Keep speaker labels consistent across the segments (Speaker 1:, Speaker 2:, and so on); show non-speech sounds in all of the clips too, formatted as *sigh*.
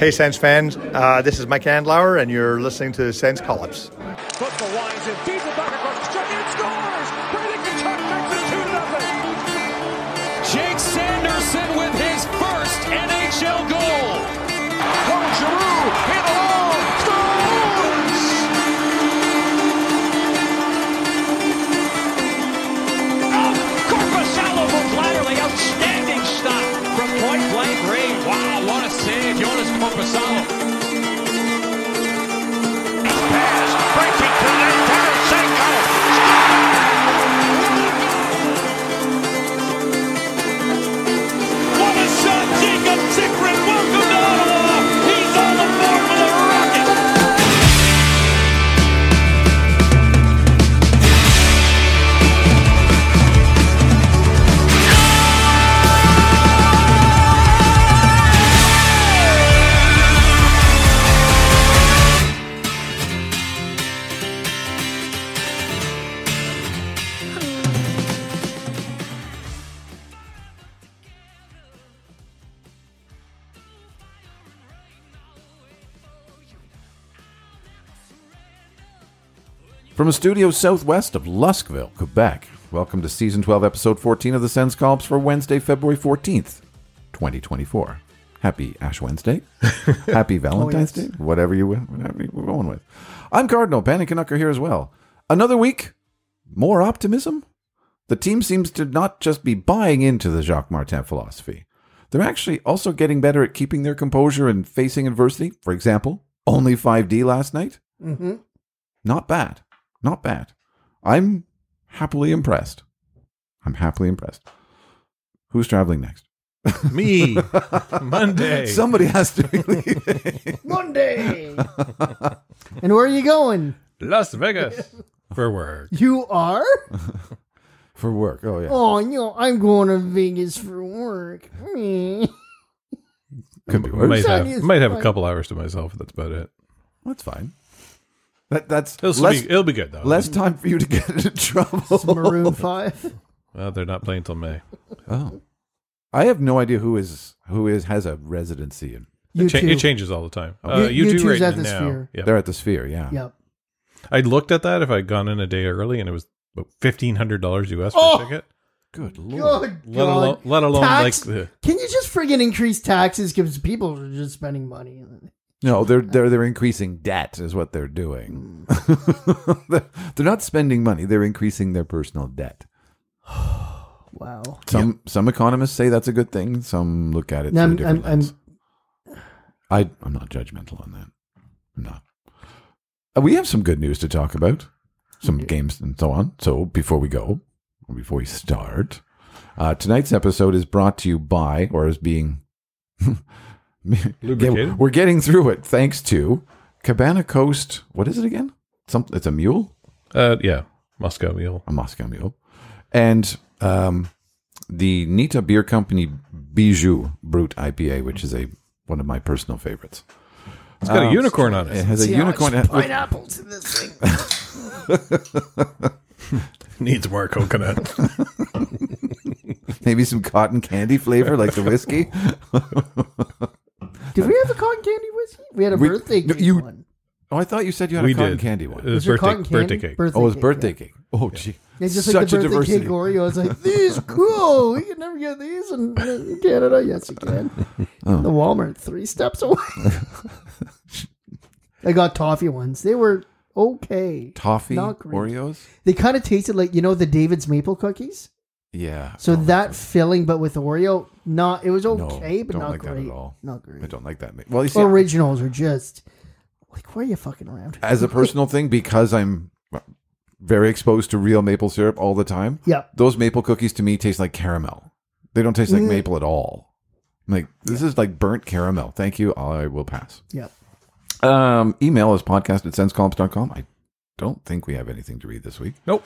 Speaker 1: Hey, Sens fans. Uh, this is Mike Andlauer, and you're listening to Sens Call-Ups.
Speaker 2: Football lines in deep and back across the strike and scores! Brady Kachuk makes it two to nothing.
Speaker 3: Jake Sanderson with his first NHL goal.
Speaker 2: Claude Giroux in alone scores!
Speaker 3: Oh, Corpusalo moves laterally. Outstanding stop from point blank range. Wow, what a save, Jonas Corpusalo.
Speaker 2: Pass breaking to net. Tarasenko
Speaker 3: What a shot, Jacob Chikrin. Welcome to Ottawa. He's on the board with a rocket.
Speaker 4: From a studio southwest of Luskville, Quebec, welcome to Season 12, Episode 14 of the Sens Columns for Wednesday, February 14th, 2024. Happy Ash Wednesday. Happy Valentine's Day. Whatever you whatever you're going with. I'm Cardinal. Panicanucker here as well. Another week, more optimism. The team seems to not just be buying into the Jacques Martin philosophy. They're actually also getting better at keeping their composure and facing adversity. For example, only 5D last night. Not bad. Not bad. I'm happily impressed. I'm happily impressed. Who's traveling next? *laughs*
Speaker 5: Me. Monday.
Speaker 4: Somebody has to be leaving. *laughs*
Speaker 6: Monday. *laughs* and where are you going?
Speaker 5: Las Vegas. For work.
Speaker 6: You are?
Speaker 4: for work. Oh yeah.
Speaker 6: Oh, no, I'm going to Vegas
Speaker 5: *laughs*
Speaker 6: for work. Mm.
Speaker 4: Could be
Speaker 5: Might
Speaker 4: worse.
Speaker 5: have,
Speaker 6: Sunny's
Speaker 5: might have a
Speaker 6: fine.
Speaker 5: couple hours to myself. That's about it.
Speaker 4: That's fine. That that's
Speaker 5: It'll,
Speaker 4: less,
Speaker 5: be, it'll be good, though.
Speaker 4: less time for you to get into trouble.
Speaker 5: *laughs*
Speaker 6: Maroon 5.
Speaker 5: Uh, they're not playing till May.
Speaker 4: *laughs* Oh. I have no idea who is who is has a residency in
Speaker 6: You
Speaker 5: Cha-
Speaker 6: too.
Speaker 5: it changes all the time.
Speaker 6: You-
Speaker 5: Uh, you, do
Speaker 6: you choose
Speaker 5: right
Speaker 6: at the
Speaker 5: now.
Speaker 6: sphere.
Speaker 5: Yeah.
Speaker 4: they're at the sphere, yeah.
Speaker 6: Yep.
Speaker 5: I looked at that if I'd gone in a day early and it was about $1,500 US for
Speaker 6: Oh!
Speaker 5: a ticket.
Speaker 4: Good lord.
Speaker 6: Good
Speaker 5: Let
Speaker 6: God.
Speaker 5: alone, let alone like
Speaker 6: Tax-
Speaker 5: the.
Speaker 6: Can you just friggin' increase taxes because people are just spending money?
Speaker 4: No, they're they're they're increasing debt is what they're doing. *laughs* they're they're not spending money, they're increasing their personal debt.
Speaker 6: Wow.
Speaker 4: Some some economists say that's a good thing. Some look at it
Speaker 6: Now,
Speaker 4: through a
Speaker 6: I'm,
Speaker 4: different
Speaker 6: I'm, I'm,
Speaker 4: lens. I, I'm not judgmental on that. I'm not. Uh, We have some good news to talk about, some games and so on. So before we go, or before we start, uh, tonight's episode is brought to you by, or is being *laughs*
Speaker 5: Lubricated?
Speaker 4: Yeah, we're getting through it thanks to Cabana Coast. What is it again? Something. It's a mule,
Speaker 5: Uh, yeah. Moscow Mule.
Speaker 4: a Moscow mule, and um, the Nita Beer Company Bijou Brut IPA, which is a one of my personal favorites.
Speaker 5: It's
Speaker 4: Um,
Speaker 5: got a unicorn on
Speaker 4: *laughs* It
Speaker 5: it.
Speaker 4: has a unicorn.
Speaker 6: pineapples in this thing.
Speaker 5: Needs more coconut.
Speaker 4: Maybe some cotton candy flavor like *laughs* the whiskey.
Speaker 6: Did we have a cotton candy whiskey? We had a
Speaker 4: We-
Speaker 6: birthday
Speaker 4: no,
Speaker 6: cake
Speaker 4: you-
Speaker 6: one.
Speaker 4: Oh, I thought you said you had
Speaker 5: we
Speaker 4: a cotton
Speaker 5: did.
Speaker 4: candy
Speaker 5: It
Speaker 4: one.
Speaker 5: was
Speaker 6: there
Speaker 5: birthday,
Speaker 6: cotton candy?
Speaker 5: birthday cake.
Speaker 6: Birthday
Speaker 4: Uh, Oh, it was
Speaker 6: cake,
Speaker 4: birthday
Speaker 6: yeah.
Speaker 4: cake. Oh, gee.
Speaker 6: Yeah, just
Speaker 4: Such
Speaker 6: like the
Speaker 4: a
Speaker 6: birthday
Speaker 4: diversity.
Speaker 6: cake Oreos.
Speaker 4: *laughs*
Speaker 6: Like these cool. We can never get these in in Canada. Yes, you can.
Speaker 4: Oh.
Speaker 6: The Walmart three
Speaker 4: *laughs*
Speaker 6: steps away. I got toffee ones. They were okay.
Speaker 4: Toffee
Speaker 6: Not great.
Speaker 4: Oreos?
Speaker 6: They kind of tasted like you know the David's maple cookies.
Speaker 4: Yeah.
Speaker 6: So
Speaker 4: Don't
Speaker 6: that filling, but with Oreo, not it was
Speaker 4: No,
Speaker 6: okay, but
Speaker 4: don't
Speaker 6: not
Speaker 4: like that
Speaker 6: great.
Speaker 4: at all.
Speaker 6: Not
Speaker 4: I
Speaker 6: great.
Speaker 4: don't like that. ma- Well, you see,
Speaker 6: Originals are just like where are you fucking around?
Speaker 4: as
Speaker 6: *laughs*
Speaker 4: a personal thing, because I'm very exposed to real maple syrup all the time,
Speaker 6: Yeah.
Speaker 4: those maple cookies to me taste like caramel. They don't taste like
Speaker 6: Mm.
Speaker 4: maple at all. I'm like, this is like burnt caramel. Thank you. I will pass.
Speaker 6: Yeah.
Speaker 4: Um, email is podcast at sensecolumns.com. I don't think we have anything to read this week.
Speaker 5: Nope.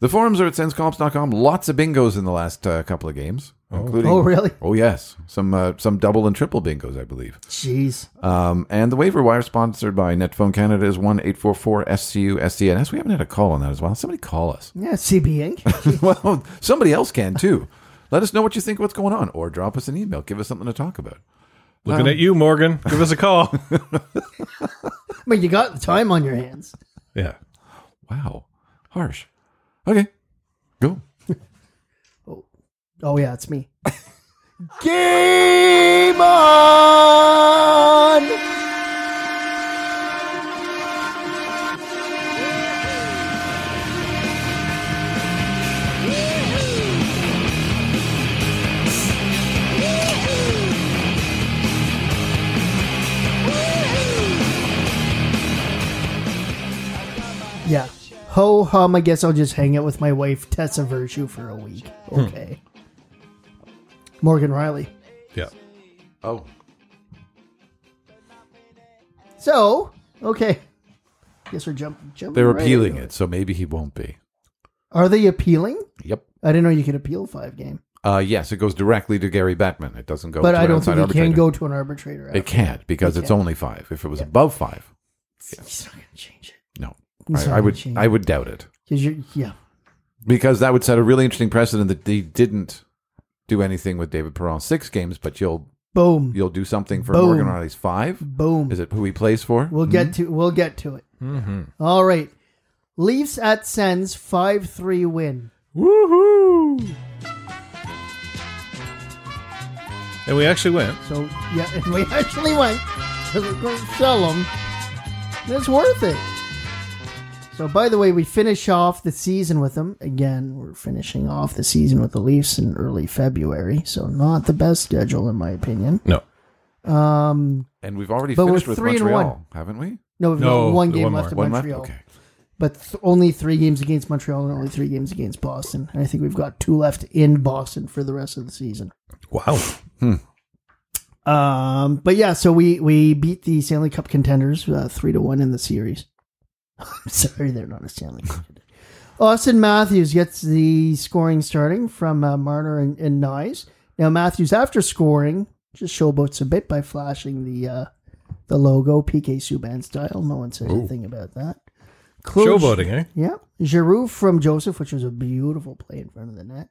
Speaker 4: The forums are at sensecolumns.com. Lots of bingos in the last uh, couple of games, including
Speaker 6: Oh really?
Speaker 4: Oh yes, some uh, some double and triple bingos, I believe.
Speaker 6: Jeez.
Speaker 4: Um, and the waiver wire sponsored by Netphone Canada is one eight four four SCU SCNS. We haven't had a call on that as well. Somebody call
Speaker 6: *laughs*
Speaker 4: us. *laughs*
Speaker 6: Yeah, CB Inc.
Speaker 4: well, somebody else can too. Let us know what you think, what's going on, or drop us an email. Give us something to talk about.
Speaker 5: Looking at you, Morgan. Give us a call.
Speaker 6: But you got time on your hands.
Speaker 5: yeah.
Speaker 4: Wow. Harsh. Okay. Go.
Speaker 6: Oh yeah, it's me. Game on. Yeah. Ho hum, I guess I'll just hang out with my wife, Tessa Virtue, for a week.
Speaker 4: Hmm.
Speaker 6: Okay. Morgan Riley.
Speaker 5: Yeah.
Speaker 4: Oh.
Speaker 6: So, okay. Guess we're jumping. jumping
Speaker 4: They're
Speaker 6: right
Speaker 4: appealing
Speaker 6: into
Speaker 4: it, so maybe he won't be.
Speaker 6: Are they appealing?
Speaker 4: Yep.
Speaker 6: I didn't know you could appeal five game.
Speaker 4: Uh, yes, it goes directly to Gary Bettman. It doesn't go
Speaker 6: But
Speaker 4: Oh, to
Speaker 6: I
Speaker 4: an
Speaker 6: don't
Speaker 4: outside
Speaker 6: think you can
Speaker 4: arbitrator.
Speaker 6: go to an arbitrator.
Speaker 4: It can't because it's only five. If it was above five,
Speaker 6: He's not going to change it.
Speaker 4: no.
Speaker 6: It's
Speaker 4: I,
Speaker 6: not
Speaker 4: I would
Speaker 6: gonna change.
Speaker 4: I would doubt it.
Speaker 6: 'Cause you're, yeah.
Speaker 4: Because that would set a really interesting precedent that they didn't do anything with David Perron six games, but you'll
Speaker 6: Boom.
Speaker 4: you'll do something for
Speaker 6: Boom.
Speaker 4: Morgan Riley's five.
Speaker 6: Boom.
Speaker 4: Is it Hmm? Mm-hmm. who he plays for?
Speaker 6: We'll get to we'll get to it. All right. Leafs at Sens 5 3 win.
Speaker 5: Woohoo! And we actually went.
Speaker 6: So yeah, *laughs* and we actually went to the going to sell them. It's worth it. So by the way, we finish off the season with them again. We're finishing off the season with the Leafs in early February, so not the best schedule in my opinion.
Speaker 5: No.
Speaker 4: And we've already
Speaker 6: But we're
Speaker 4: finished with
Speaker 6: three and
Speaker 4: Montreal,
Speaker 6: one.
Speaker 4: haven't we?
Speaker 6: No, we've
Speaker 5: No,
Speaker 6: got one
Speaker 5: the
Speaker 6: game
Speaker 5: one
Speaker 6: left
Speaker 5: more.
Speaker 6: in
Speaker 4: One left?
Speaker 6: Montreal,
Speaker 4: Okay.
Speaker 6: but th- only three games against Montreal and only three games against Boston. And I think we've got two left in Boston for the rest of the season.
Speaker 5: Wow.
Speaker 6: Um, but yeah, so we we beat the Stanley Cup contenders uh, three to one in the series. *laughs* I'm sorry, they're not a Stanley Cup. contender. Austin Matthews gets the scoring starting from uh, Marner and, and Nyes. Now Matthews, after scoring, just showboats a bit by flashing the uh, the logo PK Subban style. No one says anything about that. Claude-
Speaker 5: Showboating, eh?
Speaker 6: yeah. Giroux from Joseph, which was a beautiful play in front of the net.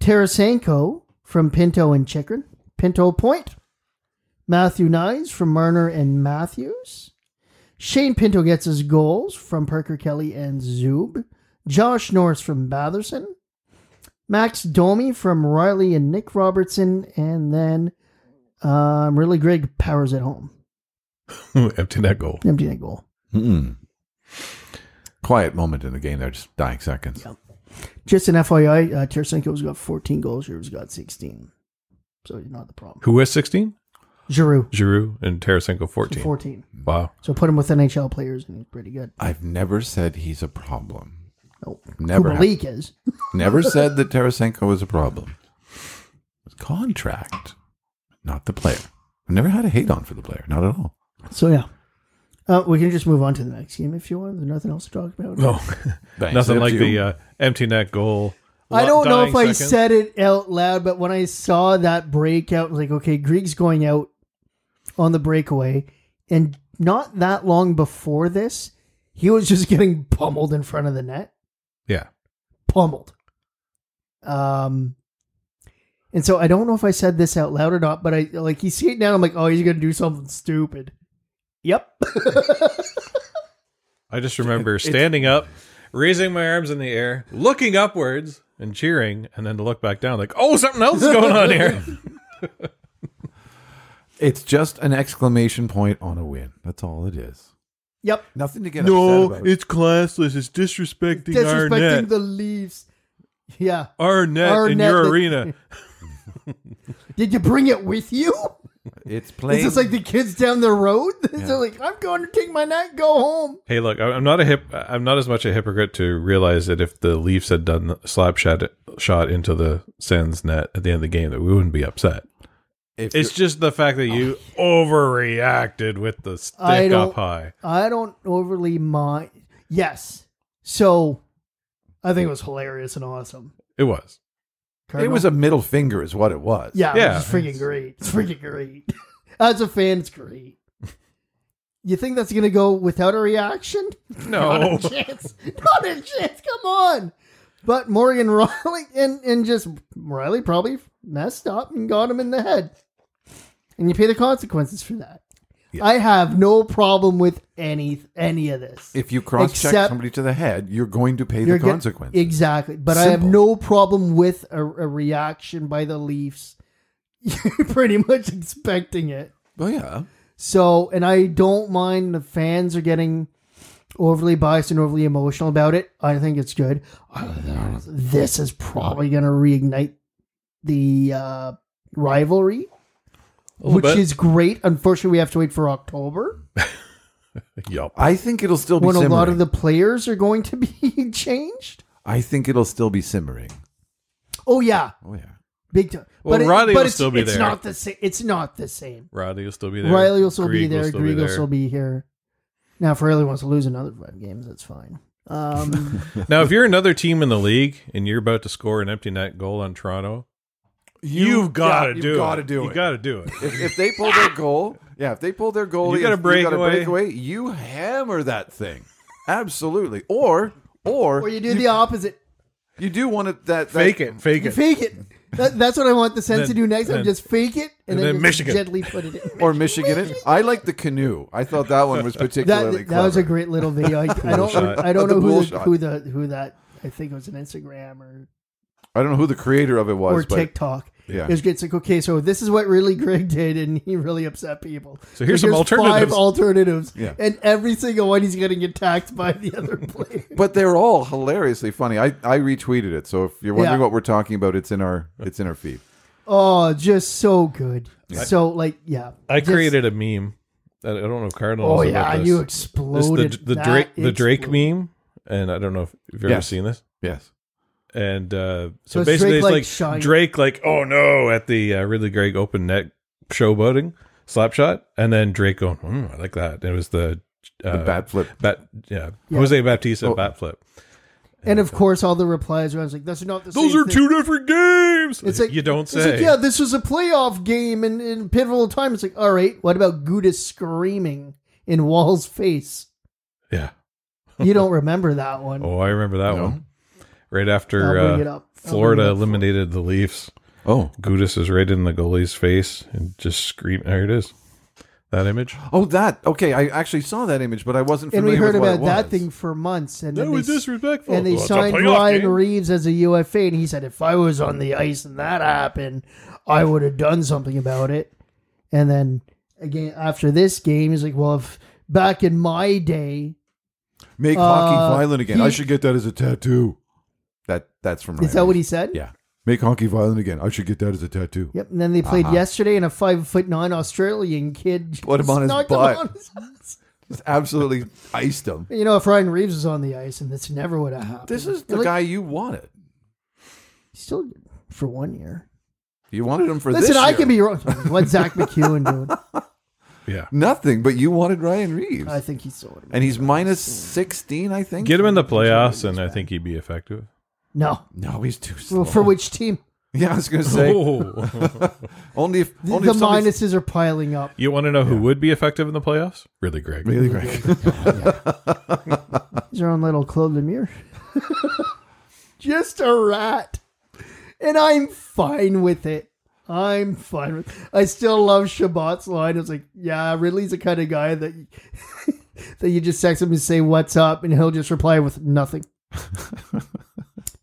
Speaker 6: Tarasenko from Pinto and Chikrin. Pinto Point. Matthew Nyes from Marner and Matthews. Shane Pinto gets his goals from Parker Kelly and Zub. Josh Norris from Batherson. Max Domi from Riley and Nick Robertson. And then um, really Greg Powers at home.
Speaker 5: Empty net goal.
Speaker 6: Empty net goal.
Speaker 4: Mm. Quiet moment in the game there, just dying seconds.
Speaker 6: Just an FYI, uh, Tarasenko's got 14 goals. Giroux's got 16. So he's not the problem.
Speaker 5: Who was 16?
Speaker 6: Giroux,
Speaker 5: Giroux and Tarasenko 14.
Speaker 6: 14.
Speaker 5: Wow. *laughs*
Speaker 6: So put him with NHL players, and he's pretty good.
Speaker 4: I've never said he's a problem.
Speaker 6: Nope.
Speaker 4: Never have-
Speaker 6: Kubalik is.
Speaker 4: Never said that Tarasenko was a problem. It was contract, not the player. I've never had a hate on for the player, not at all.
Speaker 6: So yeah. Uh, we can just move on to the next game if you want. There's nothing else to talk about.
Speaker 5: No.
Speaker 4: Thanks.
Speaker 5: Nothing
Speaker 4: Up
Speaker 5: like
Speaker 4: to
Speaker 5: the
Speaker 4: you.
Speaker 5: uh, empty net goal.
Speaker 6: I don't know
Speaker 5: Dying
Speaker 6: if I
Speaker 5: second.
Speaker 6: said it out loud, but when I saw that breakout, I was like, okay, Grieg's going out on the breakaway, and not that long before this, he was just *laughs* getting pummeled in front of the net.
Speaker 5: Yeah.
Speaker 6: pummeled. Um, and so I don't know if I said this out loud or not, but I like he's skating down. I'm like, oh, he's gonna do something stupid. Yep. *laughs*
Speaker 5: I just remember standing up, raising my arms in the air, looking upwards and cheering, and then to look back down, like, oh, something else is going on here.
Speaker 6: *laughs*
Speaker 4: It's just an exclamation point on a win. That's all it is.
Speaker 6: yep.
Speaker 4: Nothing to get no, upset about.
Speaker 5: classless. Oh, It's disrespecting
Speaker 6: Disrespecting the Leafs. Yeah.
Speaker 5: our net
Speaker 6: Our
Speaker 5: in
Speaker 6: net
Speaker 5: your
Speaker 6: that-
Speaker 5: arena.
Speaker 6: Did you bring it with you?
Speaker 4: it's
Speaker 6: Is
Speaker 4: playing.
Speaker 6: this like the kids down the road? *laughs* They're like, I'm going to take my net, go home.
Speaker 5: Hey, look, I- I'm not a hip. I'm not as much a hypocrite to realize that if the Leafs had done the slap shot shot into the Sens net at the end of the game, that we wouldn't be upset.
Speaker 4: If
Speaker 5: It's just the fact that *sighs* you overreacted with the
Speaker 6: I
Speaker 5: stick
Speaker 6: don't-
Speaker 5: up high.
Speaker 6: I don't overly mind. Yes. So I think it was hilarious and awesome.
Speaker 5: It was.
Speaker 4: you're- it was a middle finger, is what it was.
Speaker 6: Yeah,
Speaker 5: Yeah.
Speaker 6: it's freaking great. It's freaking great. *laughs* As a fan, it's great. You think that's gonna go without
Speaker 4: *laughs*
Speaker 6: a reaction? *laughs*
Speaker 5: No. *laughs*
Speaker 6: Not a chance. Not a chance. Come on. But Morgan *laughs* Riley and and just Riley probably messed up and got him in the head. and you pay the consequences for that. I have no problem with any any of this.
Speaker 4: If you cross check
Speaker 6: Except-
Speaker 4: somebody to the head, you're going to pay
Speaker 6: You're
Speaker 4: the
Speaker 6: get-
Speaker 4: consequences.
Speaker 6: exactly. But I have
Speaker 4: Simple.
Speaker 6: no problem with a, a reaction by the Leafs. *laughs* You're pretty much expecting it.
Speaker 4: well, yeah.
Speaker 6: So, and I don't mind the fans are getting overly biased and overly emotional about it. I think it's good. This is probably going to reignite the uh, rivalry,
Speaker 5: little
Speaker 6: which
Speaker 5: bit.
Speaker 6: is great. Unfortunately, we have to wait for October
Speaker 5: Yup.
Speaker 4: I think it'll still be
Speaker 6: when
Speaker 4: simmering.
Speaker 6: a lot of the players are going to *laughs* be changed.
Speaker 4: I think it'll still be simmering.
Speaker 6: Oh yeah,
Speaker 4: Oh yeah.
Speaker 6: big time.
Speaker 5: Well,
Speaker 6: it-
Speaker 5: Riley will
Speaker 6: it's,
Speaker 5: still be
Speaker 6: it's
Speaker 5: there.
Speaker 6: Not the same. It's not the same.
Speaker 5: Riley will still be there.
Speaker 6: Riley will still
Speaker 5: Grieg
Speaker 6: be there.
Speaker 5: still
Speaker 6: Grieg
Speaker 5: be
Speaker 6: will
Speaker 5: there.
Speaker 6: still be here. Now, if Riley wants to lose another five games, that's fine. Um,
Speaker 5: Now,
Speaker 6: *laughs*
Speaker 5: if you're another team in the league and you're about to score an empty net goal on Toronto, you've got to do it.
Speaker 4: You've got to do
Speaker 5: You
Speaker 4: it.
Speaker 5: got to do it.
Speaker 4: If, if they pull their goal, yeah. If they pull their goal,
Speaker 5: You got a breakaway.
Speaker 4: You hammer that thing. Absolutely. Or or
Speaker 6: or you do the opposite.
Speaker 4: you do want it that, that
Speaker 5: Fake it. Fake
Speaker 6: You
Speaker 5: it.
Speaker 6: fake it. That, that's what I want the Sens to
Speaker 5: Then-
Speaker 6: do next time.
Speaker 5: then-
Speaker 6: Just fake it
Speaker 5: and
Speaker 6: and, then,
Speaker 5: then
Speaker 6: just
Speaker 5: Michigan.
Speaker 6: gently put it
Speaker 4: *laughs*
Speaker 6: in.
Speaker 4: or Michigan it. I like the canoe. I thought that
Speaker 5: *laughs*
Speaker 4: one was
Speaker 6: That,
Speaker 4: particularly
Speaker 6: that was a
Speaker 4: clever.
Speaker 6: great little video. I, I don't.
Speaker 5: shot.
Speaker 6: I don't
Speaker 4: The
Speaker 6: know who
Speaker 4: bull
Speaker 6: the,
Speaker 4: shot.
Speaker 6: who the who that. I think it was an Instagram or
Speaker 4: I don't know who the creator of it was,
Speaker 6: or
Speaker 4: but
Speaker 6: TikTok.
Speaker 4: Oh, Yeah.
Speaker 6: It was good. It's like, okay, so this is what really Greg did, and he really upset people.
Speaker 5: So here's some alternatives.
Speaker 6: Five alternatives,
Speaker 4: Yeah.
Speaker 6: and every single one he's getting attacked by the other *laughs* player.
Speaker 4: but they're all hilariously funny. I, I retweeted it, so if you're wondering
Speaker 6: Yeah.
Speaker 4: what we're talking about, it's in our it's in our feed.
Speaker 6: oh, just so good. So like, yeah,
Speaker 5: I
Speaker 6: Just-
Speaker 5: created a meme. I I don't know if Cardinals.
Speaker 6: Oh
Speaker 5: know
Speaker 6: yeah,
Speaker 5: about this. This
Speaker 6: you exploded.
Speaker 5: the the
Speaker 6: That
Speaker 5: Drake the Drake
Speaker 6: exploded.
Speaker 5: meme, and I don't know if you've ever
Speaker 4: Yes.
Speaker 5: seen this.
Speaker 4: Yes.
Speaker 5: And uh, so,
Speaker 6: it's
Speaker 5: basically,
Speaker 6: Drake, like,
Speaker 5: it's like
Speaker 6: shying-
Speaker 5: Drake, like, oh no, at the uh, Ridley Gregg open net showboating slap shot, and then Drake going, mm, I like that. It was the, uh,
Speaker 4: The bat flip.
Speaker 5: bat, yeah, Jose Baptista
Speaker 4: Oh.
Speaker 5: bat flip.
Speaker 6: And of course, all the replies were, I was like, "Those are not the
Speaker 5: Those
Speaker 6: same
Speaker 5: are
Speaker 6: thing."
Speaker 5: two different games.
Speaker 6: It's like
Speaker 5: you don't
Speaker 6: it's
Speaker 5: say.
Speaker 6: like, yeah, this was a playoff game in, in pivotal time. It's like, all right, what about Gudis screaming in Wall's face?
Speaker 5: Yeah.
Speaker 6: You don't remember that
Speaker 5: *laughs*
Speaker 6: one.
Speaker 5: Oh, I remember that
Speaker 4: No.
Speaker 5: one. Right
Speaker 6: I'll
Speaker 5: after
Speaker 6: bring
Speaker 5: uh,
Speaker 6: it up. I'll
Speaker 5: Florida
Speaker 6: bring it up.
Speaker 5: eliminated the Leafs,
Speaker 4: Oh.
Speaker 5: Gudis is right in the goalie's face and just scream. There it is. That image.
Speaker 4: Oh that okay, I actually saw that image, but I wasn't
Speaker 6: And
Speaker 4: familiar
Speaker 6: we heard
Speaker 4: with what
Speaker 6: about that
Speaker 4: it was.
Speaker 6: thing for months. And
Speaker 5: That
Speaker 6: then
Speaker 5: was
Speaker 6: they, s-
Speaker 5: disrespectful.
Speaker 6: And they
Speaker 5: Well, it's a
Speaker 6: signed
Speaker 5: playoff
Speaker 6: Ryan
Speaker 5: game.
Speaker 6: Reeves as a UFA, and he said, if I was on the ice and that happened, I would have done something about it. And then again, after this game, he's like, well, if back in my day,
Speaker 4: Make hockey
Speaker 6: Uh,
Speaker 4: violent again.
Speaker 6: he-
Speaker 4: I should get that as a tattoo. That that's from
Speaker 6: is that what he said?
Speaker 4: Yeah. Make hockey violent again. I should get that as a tattoo.
Speaker 6: Yep, and then they played yesterday, and a five foot nine Australian kid
Speaker 4: Uh-huh. Put him
Speaker 6: just
Speaker 4: on his
Speaker 6: knocked
Speaker 4: butt.
Speaker 6: his ass.
Speaker 4: Just absolutely iced him.
Speaker 6: You know, if Ryan Reeves was on the ice, and this never would have happened.
Speaker 4: This is the
Speaker 6: And, like,
Speaker 4: guy you wanted.
Speaker 6: he's still for one year.
Speaker 4: You wanted him for this.
Speaker 6: Listen, I
Speaker 4: year.
Speaker 6: can be wrong. What's Zach McEwen doing?
Speaker 5: Yeah.
Speaker 4: nothing, but you wanted Ryan Reeves,
Speaker 6: I think he's sold.
Speaker 4: and he's minus sixteen. I think.
Speaker 5: Get him in the playoffs, and I think he'd be effective.
Speaker 6: No,
Speaker 4: No, he's too slow.
Speaker 6: well, for which team?
Speaker 4: *laughs* yeah, I was gonna say
Speaker 5: *laughs* Oh.
Speaker 4: only if
Speaker 6: The,
Speaker 4: only
Speaker 6: the
Speaker 4: if somebody's-
Speaker 6: minuses are piling up.
Speaker 5: you want to know who would be effective in the playoffs? Really, Greg.
Speaker 4: Really, Greg.
Speaker 6: He's our own little Claude Lemieux. *laughs* Just a rat, and I'm fine with it. I'm fine with. I still love Shabbat's line. It's like, yeah, Ridley's the kind of guy that *laughs* that you just text him and say what's up, and he'll just reply
Speaker 4: *laughs*
Speaker 6: with nothing.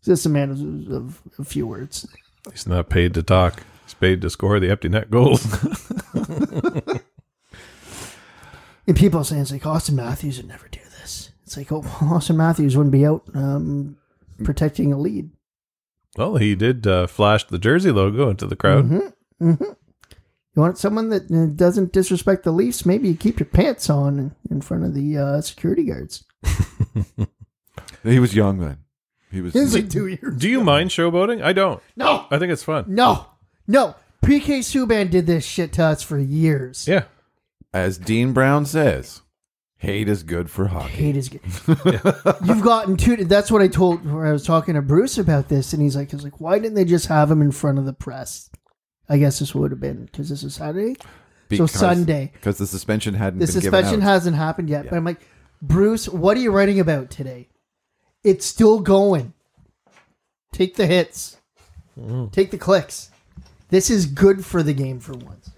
Speaker 6: just a man of, of a few words.
Speaker 5: *laughs* He's not paid to talk. He's paid to score the empty net goals.
Speaker 6: And people are saying it's like Austin Matthews would never do this. It's like, oh, *laughs* Austin Matthews wouldn't be out um, protecting a lead.
Speaker 5: *laughs* well, he did uh, flash the jersey logo into the crowd.
Speaker 6: Mm-hmm. You want someone that uh, doesn't disrespect the Leafs? Maybe you keep your pants on in front of the uh, security guards.
Speaker 4: he was young then. He was.
Speaker 6: *laughs* It's like two years.
Speaker 5: Do you mind showboating? I don't.
Speaker 6: No,
Speaker 5: I think it's fun.
Speaker 6: no, no. PK Subban did this shit to us for years.
Speaker 5: Yeah.
Speaker 4: As Dean Brown says, hate is good for hockey.
Speaker 6: Hate is *laughs* good. You've gotten two. That's what I told when I was talking to Bruce about this, and he's like, "He's like, why didn't they just have him in front of the press?" I guess this would have been because this is Saturday. so Sunday,
Speaker 4: because the suspension hadn't.
Speaker 6: the
Speaker 4: been given
Speaker 6: suspension
Speaker 4: out.
Speaker 6: hasn't happened yet. But I'm like, Bruce, what are you writing about today? It's still going. Take the
Speaker 4: Mm. *laughs*
Speaker 6: hits, take the clicks. This is good for the game for once.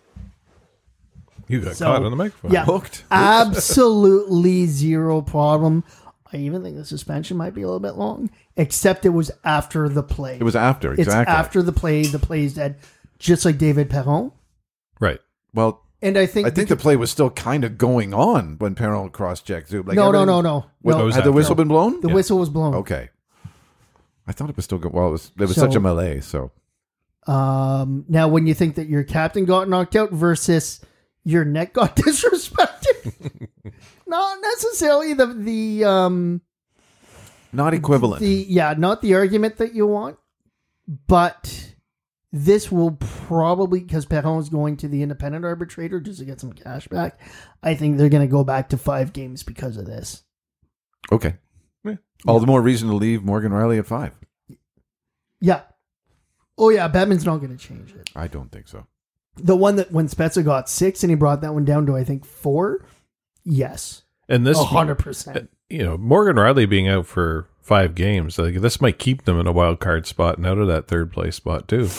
Speaker 5: You got
Speaker 6: So-
Speaker 5: caught on the microphone.
Speaker 6: Yeah.
Speaker 4: Hooked.
Speaker 6: Absolutely zero problem. I even think the suspension might be a little bit long, except it was after the play.
Speaker 4: It was after,
Speaker 6: It's
Speaker 4: exactly.
Speaker 6: after the play. The play is dead, just like David Perron.
Speaker 5: Right.
Speaker 4: Well,
Speaker 6: And I think,
Speaker 4: I think the play was still kind of going on when Perron cross-checked Zub. Like
Speaker 6: no, no,
Speaker 4: everything-
Speaker 6: no, no,
Speaker 4: Was-
Speaker 6: no.
Speaker 5: was
Speaker 4: had
Speaker 5: after.
Speaker 4: the whistle been blown?
Speaker 6: The whistle was blown.
Speaker 4: Okay. I thought it was still good. Well, it was. There was
Speaker 6: So-
Speaker 4: such a melee, so
Speaker 6: Um, now, when you think that your captain got knocked out versus your neck got *laughs* disrespected, not necessarily the the um
Speaker 4: not equivalent.
Speaker 6: the yeah, not the argument that you want, but this will probably because Perron's going to the independent arbitrator just to get some cash back. I think they're going to go back to five games because of this.
Speaker 4: okay.
Speaker 5: Yeah.
Speaker 4: All the more reason to leave Morgan Riley at five.
Speaker 6: Yeah. Oh yeah, Batman's not going to change it.
Speaker 4: I don't think so.
Speaker 6: The one that when Spezza got six and he brought that one down to I think four. Yes.
Speaker 5: And this, uh,
Speaker 6: A hundred percent.
Speaker 5: you know, Morgan Riley being out for five games, like this might keep them in a wild card spot and out of that third place spot too.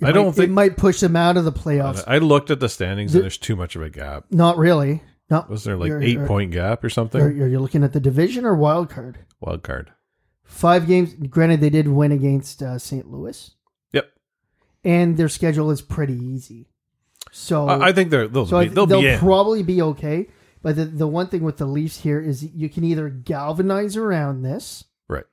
Speaker 6: It
Speaker 5: I don't
Speaker 6: might-
Speaker 5: think-
Speaker 6: it might push them out of the
Speaker 5: And
Speaker 6: playoffs.
Speaker 5: I looked at the standings
Speaker 6: The-
Speaker 5: and there's too much of a gap.
Speaker 6: Not really. Not
Speaker 5: Wasn't there like
Speaker 6: You're-
Speaker 5: 8
Speaker 6: you're-
Speaker 5: point gap or something?
Speaker 6: Are you looking at the division or wild card?
Speaker 5: wild card.
Speaker 6: Five games. Granted, they did win against uh, St. Louis,
Speaker 5: Yep.
Speaker 6: and their schedule is pretty easy. So
Speaker 5: I, I think they're they'll
Speaker 6: Oh. so I
Speaker 5: be,
Speaker 6: th-
Speaker 5: they'll, be in.
Speaker 6: probably be okay. But the, the one thing with the Leafs here is you can either galvanize around this
Speaker 5: right.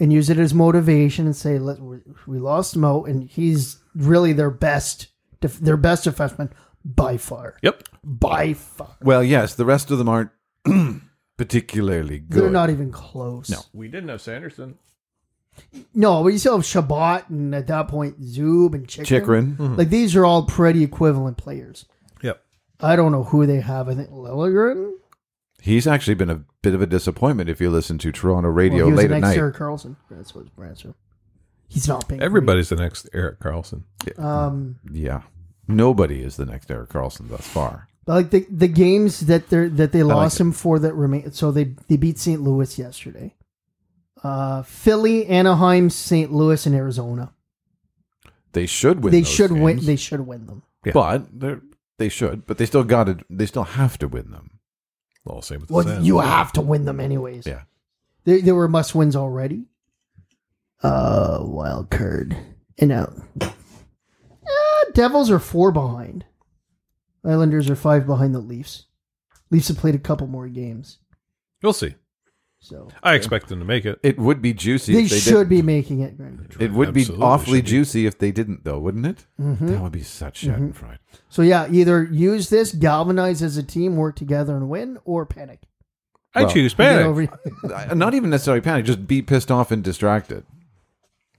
Speaker 6: and use it as motivation and say, "Let we we lost Mo, and he's really their best, def- their best defenseman by far,
Speaker 5: Yep.
Speaker 6: by far.
Speaker 4: Well, yes, the rest of them aren't *clears throat* particularly good.
Speaker 6: They're not even close. No,
Speaker 5: We didn't have Sanderson.
Speaker 6: No, but you still have Shabbat and at that point Zub and Chikrin.
Speaker 4: Chikrin.
Speaker 6: Like these are all pretty equivalent players.
Speaker 5: Yep.
Speaker 6: I don't know who they have. I think Lilligren.
Speaker 4: He's actually been a bit of a disappointment if you listen to Toronto radio
Speaker 6: Well, he was
Speaker 4: late
Speaker 6: the
Speaker 4: at
Speaker 6: next
Speaker 4: night.
Speaker 6: Sarah Carlson. That's what Branson. He's not being
Speaker 5: Everybody's the next Eric Carlson.
Speaker 6: Um,
Speaker 4: Yeah. Nobody is the next Eric Carlson thus far.
Speaker 6: but like the the games that they are that they lost him for that remain. So they they beat St. Louis yesterday. Uh, Philly, Anaheim, St. Louis, and Arizona.
Speaker 4: They should win.
Speaker 6: they
Speaker 4: those
Speaker 6: should win.
Speaker 4: games,
Speaker 6: They should win them.
Speaker 5: Yeah.
Speaker 4: But they're, they should. But they still got to. They still have to win them.
Speaker 5: Well, same with the
Speaker 6: Well,
Speaker 5: Sens.
Speaker 6: you have to win them anyways.
Speaker 4: Yeah.
Speaker 6: They, they were must wins already. Uh, wild card. And out. Uh, Devils are four behind. Islanders are five behind the Leafs. Leafs have played a couple more games.
Speaker 5: We'll see.
Speaker 6: So
Speaker 5: I expect them to make it.
Speaker 4: It would be juicy.
Speaker 6: they,
Speaker 4: if they
Speaker 6: should
Speaker 4: didn't.
Speaker 6: be making it. Grant.
Speaker 4: It would be
Speaker 5: Absolutely
Speaker 4: awfully
Speaker 5: should be.
Speaker 4: juicy if they didn't, though, wouldn't it? That would be such Schadenfreude.
Speaker 6: So, yeah, either use this, galvanize as a team, work together and win, or panic.
Speaker 5: I
Speaker 4: Well,
Speaker 5: choose
Speaker 6: Get
Speaker 5: panic.
Speaker 6: over-
Speaker 4: I- Not even necessarily panic, just be pissed off and distracted.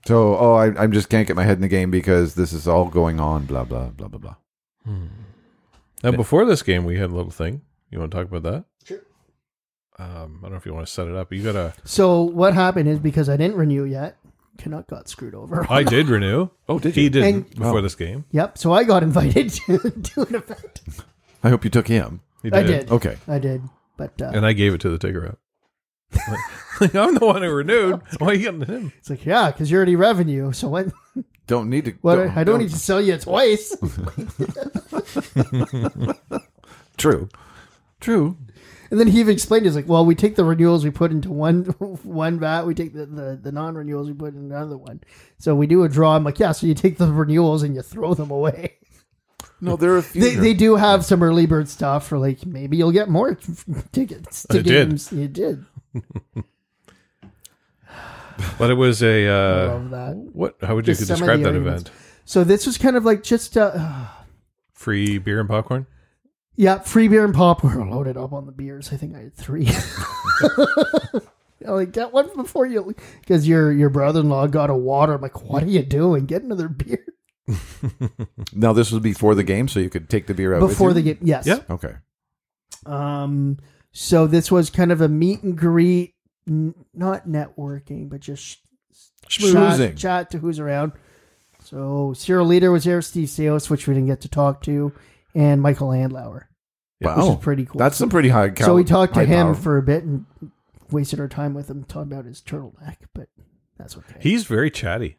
Speaker 4: So, oh, I, I just can't get my head in the game because this is all going on. Blah blah blah blah blah.
Speaker 5: Now, before this game, we had a little thing. You want to talk about that? Sure. Um, I don't know if you want to set it up. You got to.
Speaker 6: so, what happened is because I didn't renew yet, Canuck got screwed over.
Speaker 5: I did renew.
Speaker 4: Oh, did
Speaker 5: He
Speaker 4: you?
Speaker 5: didn't
Speaker 6: And-
Speaker 5: before
Speaker 4: Oh.
Speaker 5: this game.
Speaker 6: Yep. So I got invited *laughs* to do an event.
Speaker 4: I hope you took him.
Speaker 5: He
Speaker 6: I did.
Speaker 4: Okay.
Speaker 6: I did. But uh,
Speaker 5: And I gave it to the Tigger up. *laughs* like, I'm the one who renewed. Why are you getting him?
Speaker 6: it's like, yeah, because you're already revenue. So what? *laughs*
Speaker 4: Don't need to.
Speaker 6: what I don't need to sell you
Speaker 5: *laughs*
Speaker 6: twice.
Speaker 4: *laughs* True. True.
Speaker 6: and then he even explained, he's like, well, we take the renewals we put into one *laughs* one vat, we take the, the, the non renewals we put in another one. So we do a draw. I'm like, yeah, so you take the renewals and you throw them away. *laughs*
Speaker 4: No, there are a few.
Speaker 6: They, they do have some early bird stuff for like maybe you'll get more *laughs* tickets to
Speaker 5: I did.
Speaker 6: games. You did.
Speaker 5: But it was a.
Speaker 6: I
Speaker 5: Uh,
Speaker 6: love that.
Speaker 5: what? How would you
Speaker 6: Just
Speaker 5: could
Speaker 6: some of
Speaker 5: describe
Speaker 6: the
Speaker 5: that
Speaker 6: arguments.
Speaker 5: event?
Speaker 6: So this was kind of like just uh,
Speaker 5: Free beer and popcorn?
Speaker 6: Yeah, free beer and popcorn *laughs* loaded up on the beers. I think I had three. I'm like get one before you, because your your brother in law got a water. I'm like, what are you doing? Get another beer
Speaker 4: now this was before the game, so you could take the beer out with
Speaker 6: before
Speaker 4: you?
Speaker 6: the game. Yes.
Speaker 5: Yeah.
Speaker 4: Okay.
Speaker 6: Um. So this was kind of a meet and greet, n- not networking, but just sh-
Speaker 4: Schmoozing.
Speaker 6: chat, chat to who's around. So Cyril Leader was there, Steve Seos, which we didn't get to talk to, and Michael Andlauer.
Speaker 4: Wow,
Speaker 6: Which is pretty cool.
Speaker 4: That's some pretty high. Cal-
Speaker 6: so we talked to
Speaker 4: high
Speaker 6: him
Speaker 4: power.
Speaker 6: for a bit and wasted our time with him talking about his turtleneck, but that's okay.
Speaker 5: He's very chatty.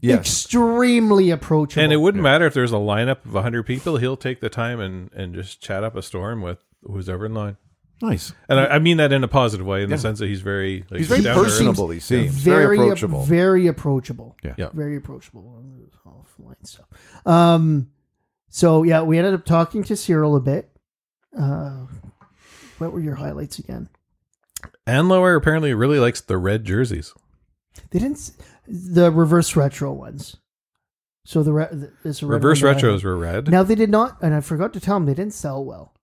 Speaker 4: Yes.
Speaker 6: extremely approachable.
Speaker 5: And it wouldn't matter if there's a lineup of 100 people. He'll take the time and, and just chat up a storm with who's ever in line.
Speaker 4: Nice.
Speaker 5: And I, I mean that in a positive way, in the sense that he's very like,
Speaker 4: He's very
Speaker 5: down to earth.
Speaker 4: personable, he seems. Very,
Speaker 6: very ap-
Speaker 4: approachable.
Speaker 6: Very approachable.
Speaker 4: Yeah.
Speaker 5: Yeah.
Speaker 6: Very approachable. Offline stuff. Um, so yeah, we ended up talking to Cyril a bit. Uh, what were your highlights again?
Speaker 5: And Lower apparently really likes the red jerseys.
Speaker 6: They didn't s- the reverse retro ones. So the, re- the it's a red
Speaker 5: Reverse
Speaker 6: one that I
Speaker 5: retros
Speaker 6: had.
Speaker 5: were red.
Speaker 6: Now they did not, and I forgot to tell them they didn't sell well.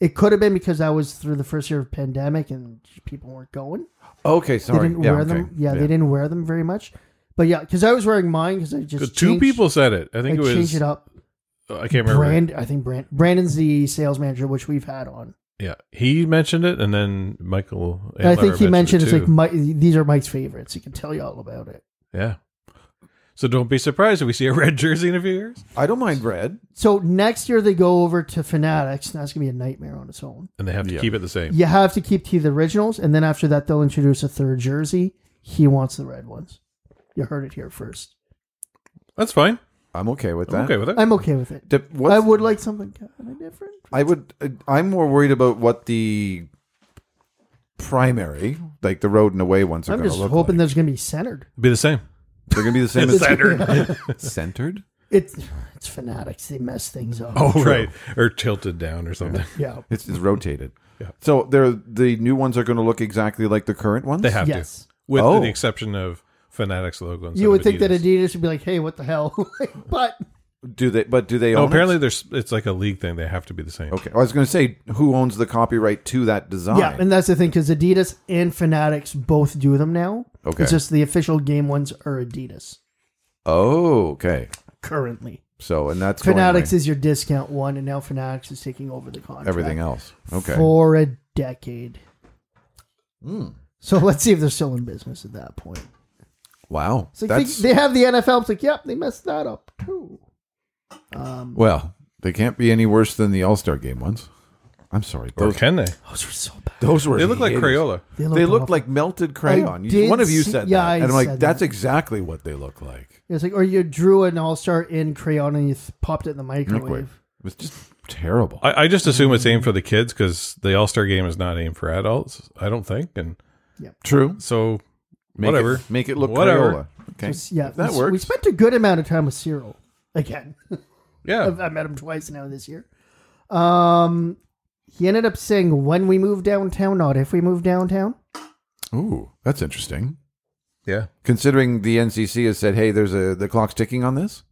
Speaker 6: It could have been because that was through the first year of pandemic and people weren't going.
Speaker 4: Okay, sorry.
Speaker 6: They didn't
Speaker 4: yeah,
Speaker 6: wear
Speaker 4: okay.
Speaker 6: them. Yeah, they didn't wear them very much. But yeah, because I was wearing mine because I just
Speaker 5: Two
Speaker 6: changed-
Speaker 5: people said it. I
Speaker 6: I
Speaker 5: think it
Speaker 6: changed
Speaker 5: was.
Speaker 6: it up.
Speaker 5: I can't remember.
Speaker 6: Brand, I think Brand, Brandon's the sales manager, which we've had on.
Speaker 5: Yeah, he mentioned it, and then Michael.
Speaker 6: And I think
Speaker 5: Andlauer
Speaker 6: he mentioned it's
Speaker 5: it
Speaker 6: like
Speaker 5: too.
Speaker 6: Mike, these are Mike's favorites. He can tell you all about it.
Speaker 5: yeah. So don't be surprised if we see a red jersey in a few years,
Speaker 4: I don't mind red.
Speaker 6: So next year they go over to Fanatics, and that's gonna be a nightmare on its own.
Speaker 5: and they have to
Speaker 4: Yeah.
Speaker 5: keep it the same.
Speaker 6: You have to keep to the originals, and then after that they'll introduce a third jersey. He wants the red ones. You heard it here first.
Speaker 5: That's fine.
Speaker 4: I'm okay with that.
Speaker 5: I'm okay with it.
Speaker 6: I'm okay with it.
Speaker 4: Dep- what's-
Speaker 6: I would like something kind of different.
Speaker 4: I would. uh, I'm more worried about what the primary, like the road and away ones, are
Speaker 6: I'm
Speaker 4: going to
Speaker 6: just
Speaker 4: look
Speaker 6: hoping
Speaker 4: like.
Speaker 6: there's gonna be centered.
Speaker 5: Be the
Speaker 4: *laughs*
Speaker 5: same.
Speaker 4: They're going to be the same
Speaker 6: *laughs*
Speaker 4: as
Speaker 5: Centered.
Speaker 4: *laughs* centered.
Speaker 6: It's it's Fanatics. They mess things up.
Speaker 5: oh, right. Or tilted down or something.
Speaker 6: yeah.
Speaker 4: *laughs* It's, it's rotated. So they're the new ones are going to look exactly like the current ones.
Speaker 5: They have
Speaker 6: Yes.
Speaker 5: to, with
Speaker 4: Oh.
Speaker 5: the exception of Fanatics logo. instead
Speaker 6: You would
Speaker 5: of
Speaker 6: think that
Speaker 5: Adidas.
Speaker 6: Adidas would be like, "Hey, what the hell?" *laughs* but
Speaker 4: Do they? But do they?
Speaker 5: No,
Speaker 4: own it?
Speaker 5: Oh, apparently there's. It's like a league thing. They have to be the same.
Speaker 4: Okay. I was going to say who owns the copyright to that design.
Speaker 6: Yeah, and that's the thing because Adidas and Fanatics both do them now.
Speaker 4: Okay.
Speaker 6: it's just the official game ones are Adidas
Speaker 4: oh, okay.
Speaker 6: currently.
Speaker 4: So and that's going
Speaker 6: Fanatics
Speaker 4: away.
Speaker 6: is your discount one, and now Fanatics is taking over the contract.
Speaker 4: everything else. Okay. Hmm.
Speaker 6: for a decade. So *laughs* let's see if they're still in business at that point.
Speaker 4: wow.
Speaker 6: It's like
Speaker 4: that's
Speaker 6: they, they have the NFL. It's like, yep, they messed that up too.
Speaker 4: well. They can't be any worse than the All Star Game ones. I'm sorry.
Speaker 5: Or
Speaker 4: Those,
Speaker 5: can they?
Speaker 6: Those were so bad.
Speaker 4: those were
Speaker 5: They look like
Speaker 4: hideous.
Speaker 5: Crayola.
Speaker 6: They
Speaker 4: They look
Speaker 6: awful.
Speaker 4: like melted crayon. You-
Speaker 6: did
Speaker 4: One of you
Speaker 6: see-
Speaker 4: said
Speaker 6: yeah,
Speaker 4: that,
Speaker 6: I
Speaker 4: and I'm like,
Speaker 6: said
Speaker 4: that's
Speaker 6: that.
Speaker 4: exactly what they look like.
Speaker 6: it's like, or you drew an All Star in crayon and you th- popped it in the microwave.
Speaker 4: Microwave. It was just terrible.
Speaker 5: I, I just assume it's aimed for the kids because the All Star Game is not aimed for adults. I don't think, and
Speaker 4: True.
Speaker 5: so
Speaker 4: Make
Speaker 5: whatever.
Speaker 4: It, make it look
Speaker 5: Whatever.
Speaker 4: Crayola. Okay.
Speaker 6: Just- yeah,
Speaker 4: If that
Speaker 6: we-
Speaker 4: works.
Speaker 6: We spent a good amount of time with Cyril again. *laughs*
Speaker 5: yeah,
Speaker 6: I've, I met him twice now this year. Um, he ended up saying when we move downtown, not if we move downtown.
Speaker 4: Ooh, that's interesting.
Speaker 5: yeah.
Speaker 4: Considering the NCC has said, "Hey, there's a the clock's ticking on this."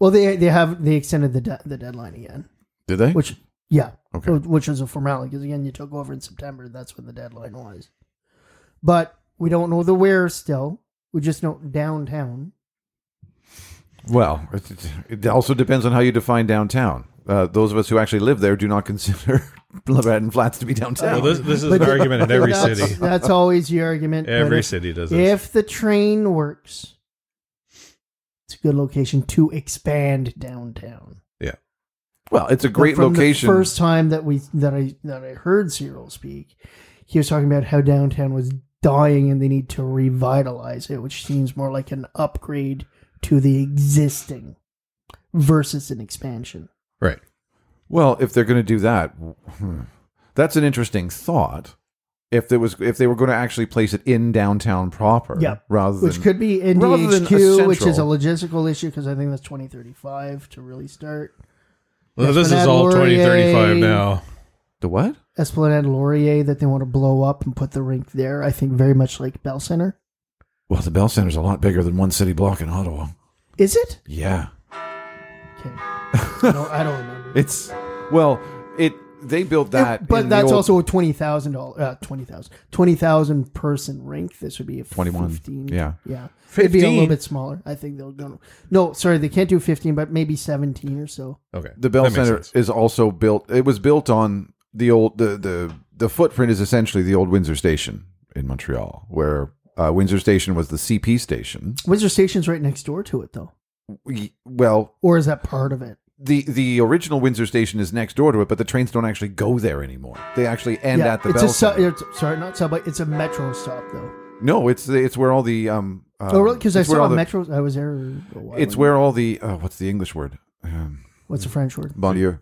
Speaker 6: Well, they they have they extended the de- the deadline again,
Speaker 4: Did they?
Speaker 6: which yeah,
Speaker 4: Okay.
Speaker 6: which was a formality because again you took over in September. That's when the deadline was, but we don't know the where still. We just know downtown.
Speaker 4: well, it, it it also depends on how you define downtown. Uh, those of us who actually live there do not *laughs* consider Lebanon Flats to be downtown.
Speaker 5: Well, this, this is
Speaker 6: But
Speaker 5: an
Speaker 6: the-
Speaker 5: argument
Speaker 6: *laughs*
Speaker 5: in
Speaker 6: but
Speaker 5: every
Speaker 6: that's,
Speaker 5: city.
Speaker 6: That's always the argument. but
Speaker 5: Every
Speaker 6: if-
Speaker 5: city does this.
Speaker 6: If the train works, it's a good location to expand downtown.
Speaker 5: yeah,
Speaker 4: well, it's a great
Speaker 6: But from
Speaker 4: location.
Speaker 6: The first time that we that I that I heard Cyril speak, he was talking about how downtown was dying and they need to revitalize it, which seems more like an upgrade to the existing versus an expansion.
Speaker 5: right.
Speaker 4: Well, if they're going to do that, hmm, that's an interesting thought. If there was, if they were going to actually place it in downtown proper,
Speaker 6: Yeah.
Speaker 4: rather
Speaker 6: Which
Speaker 4: than
Speaker 6: could be
Speaker 4: rather than a
Speaker 6: NDHQ, which is a
Speaker 4: central.
Speaker 6: logistical issue because I think that's 2035 to really start.
Speaker 5: Well, this
Speaker 6: Esplanade
Speaker 5: is all twenty thirty five
Speaker 6: Laurier.
Speaker 5: now.
Speaker 4: the what?
Speaker 6: Esplanade Laurier that they want to blow up and put the rink there. I think very much like Bell Center.
Speaker 4: Well, the Bell Center's a lot bigger than one city block in Ottawa.
Speaker 6: Is it?
Speaker 4: Yeah, *laughs*
Speaker 6: Okay. I, don't, I don't remember.
Speaker 4: it's well, it they built that,
Speaker 6: It- but
Speaker 4: in the
Speaker 6: that's
Speaker 4: old-
Speaker 6: also a twenty thousand dollar, uh, twenty thousand, twenty thousand person rink. This would be a
Speaker 4: 21,
Speaker 6: 15,
Speaker 4: yeah.
Speaker 6: yeah. It'd be
Speaker 5: 15?
Speaker 6: a little bit smaller. I think they'll go. No, sorry, they can't do fifteen, but maybe seventeen or so.
Speaker 5: Okay,
Speaker 4: the Bell
Speaker 5: That makes
Speaker 4: Center
Speaker 5: sense.
Speaker 4: is also built. It was built on the old the the the footprint is essentially the old Windsor Station in Montreal, where uh, Windsor Station was the CP station.
Speaker 6: Windsor Station's right next door to it, though,
Speaker 4: We, well,
Speaker 6: or is that part of it?
Speaker 4: the the original Windsor station is next door to it, but the trains don't actually go there anymore. They actually end at the
Speaker 6: it's
Speaker 4: Bell
Speaker 6: a su-
Speaker 4: Center.
Speaker 6: it's, sorry, not subway. It's a metro stop though.
Speaker 4: No, it's it's where all the um. Uh,
Speaker 6: oh, really? Because I
Speaker 4: it's where
Speaker 6: saw
Speaker 4: all
Speaker 6: a
Speaker 4: the-
Speaker 6: Metro. I was there. a while
Speaker 4: It's
Speaker 6: ago.
Speaker 4: where all the uh, what's the English word? Um,
Speaker 6: What's the French word?
Speaker 4: bon Dieu.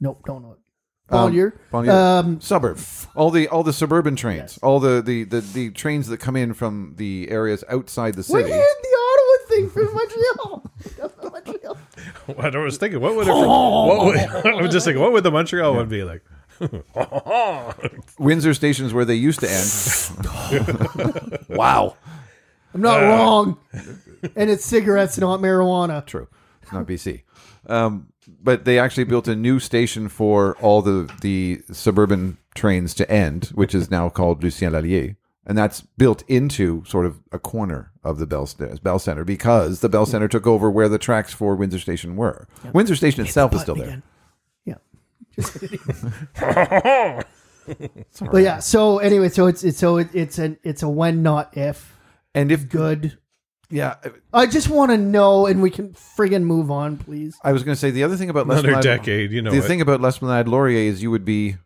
Speaker 6: Nope, don't know it.
Speaker 4: Um,
Speaker 6: Banlieue.
Speaker 4: banlieue.
Speaker 6: Um,
Speaker 4: suburb. All the all the suburban trains, all the, the, the, the trains that come in from the areas outside the
Speaker 6: we had
Speaker 4: city.
Speaker 6: the Ottawa thing from Montreal. *laughs* From Montreal.
Speaker 5: What *laughs* I was thinking, what would it, what would, *laughs* I was just thinking, what would the Montreal one be like?
Speaker 4: Windsor stations where they used to end. *laughs* wow,
Speaker 6: I'm not wrong. And it's cigarettes, not marijuana.
Speaker 4: true. It's not BC, um, but they actually built a new station for all the the suburban trains to end, which is now called Lucien Lallier. And that's built into sort of a corner of the Bell, St- Bell Center because the Bell Center took over where the tracks for Windsor Station were. Windsor Station itself is still there.
Speaker 6: Yeah. Just kidding. *laughs* but yeah, so anyway, so it's it's so it, it's an it's a when not if
Speaker 4: And if
Speaker 6: good.
Speaker 4: yeah,
Speaker 6: I just want to know, and we can friggin' move on, please.
Speaker 4: I was going to say the other thing about
Speaker 5: Another
Speaker 4: L'Esplanade-
Speaker 5: decade, you know
Speaker 4: the
Speaker 5: it.
Speaker 4: thing about L'Esplanade Laurier is you would be,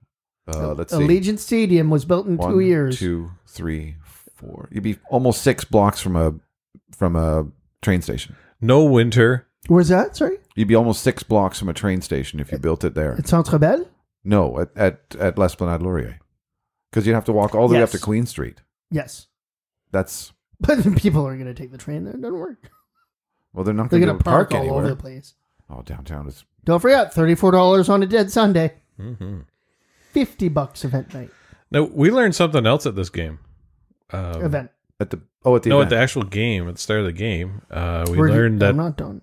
Speaker 4: uh, let's see,
Speaker 6: Allegiant Stadium was built in
Speaker 4: One,
Speaker 6: two years.
Speaker 4: two, three, four. You'd be almost six blocks from a from a train station.
Speaker 5: No winter.
Speaker 6: Where's that? Sorry,
Speaker 4: You'd be almost six blocks from a train station if you built it there.
Speaker 6: it's Centre Bell.
Speaker 4: No, at at, at L'Esplanade Laurier, because you'd have to walk all the way up
Speaker 6: Yes.
Speaker 4: to Queen Street.
Speaker 6: Yes, *laughs*
Speaker 4: That's
Speaker 6: but people are gonna take the train there. It doesn't work.
Speaker 4: well, they're not
Speaker 6: They're
Speaker 4: going
Speaker 6: gonna
Speaker 4: to
Speaker 6: park,
Speaker 4: park,
Speaker 6: all over
Speaker 4: anywhere.
Speaker 6: the place.
Speaker 4: Oh, downtown is
Speaker 6: Don't forget, thirty-four dollars on a dead Sunday.
Speaker 5: Mm-hmm.
Speaker 6: Fifty bucks event night.
Speaker 5: Now we learned something else at this game. Um,
Speaker 6: event.
Speaker 4: at the oh at the
Speaker 5: no, at
Speaker 4: event.
Speaker 5: the actual game, at the start of the game, uh, we
Speaker 6: We're-
Speaker 5: learned that.
Speaker 6: I'm not done.